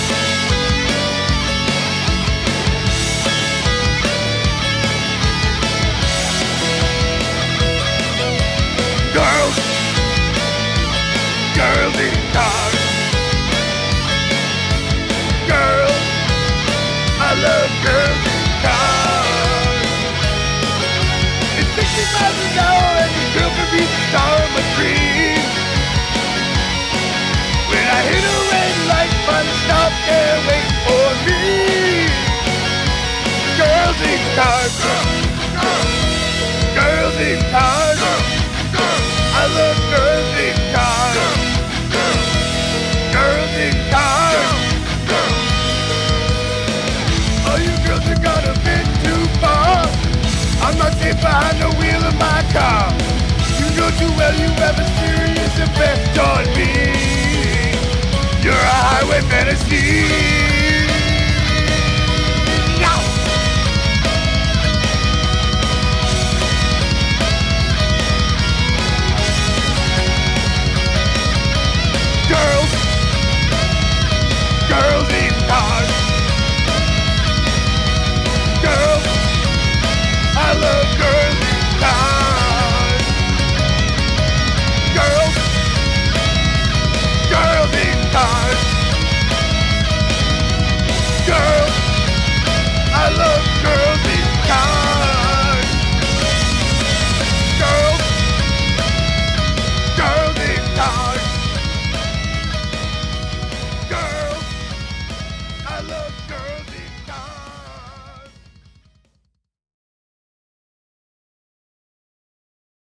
Speaker 1: Girls, girls in cars. Girls, I love girls in cars. It's 60 miles an hour and the girl can be the star of my dream. When I hit a red light, fun stop there, wait for me. Girls in cars, girls, girls, girls in cars. I love girls in cars. Girls in cars. All Oh, you girls are gonna fit too far. I'm not safe behind the wheel of my car. You know too well you have a serious effect on me. You're a highway fantasy.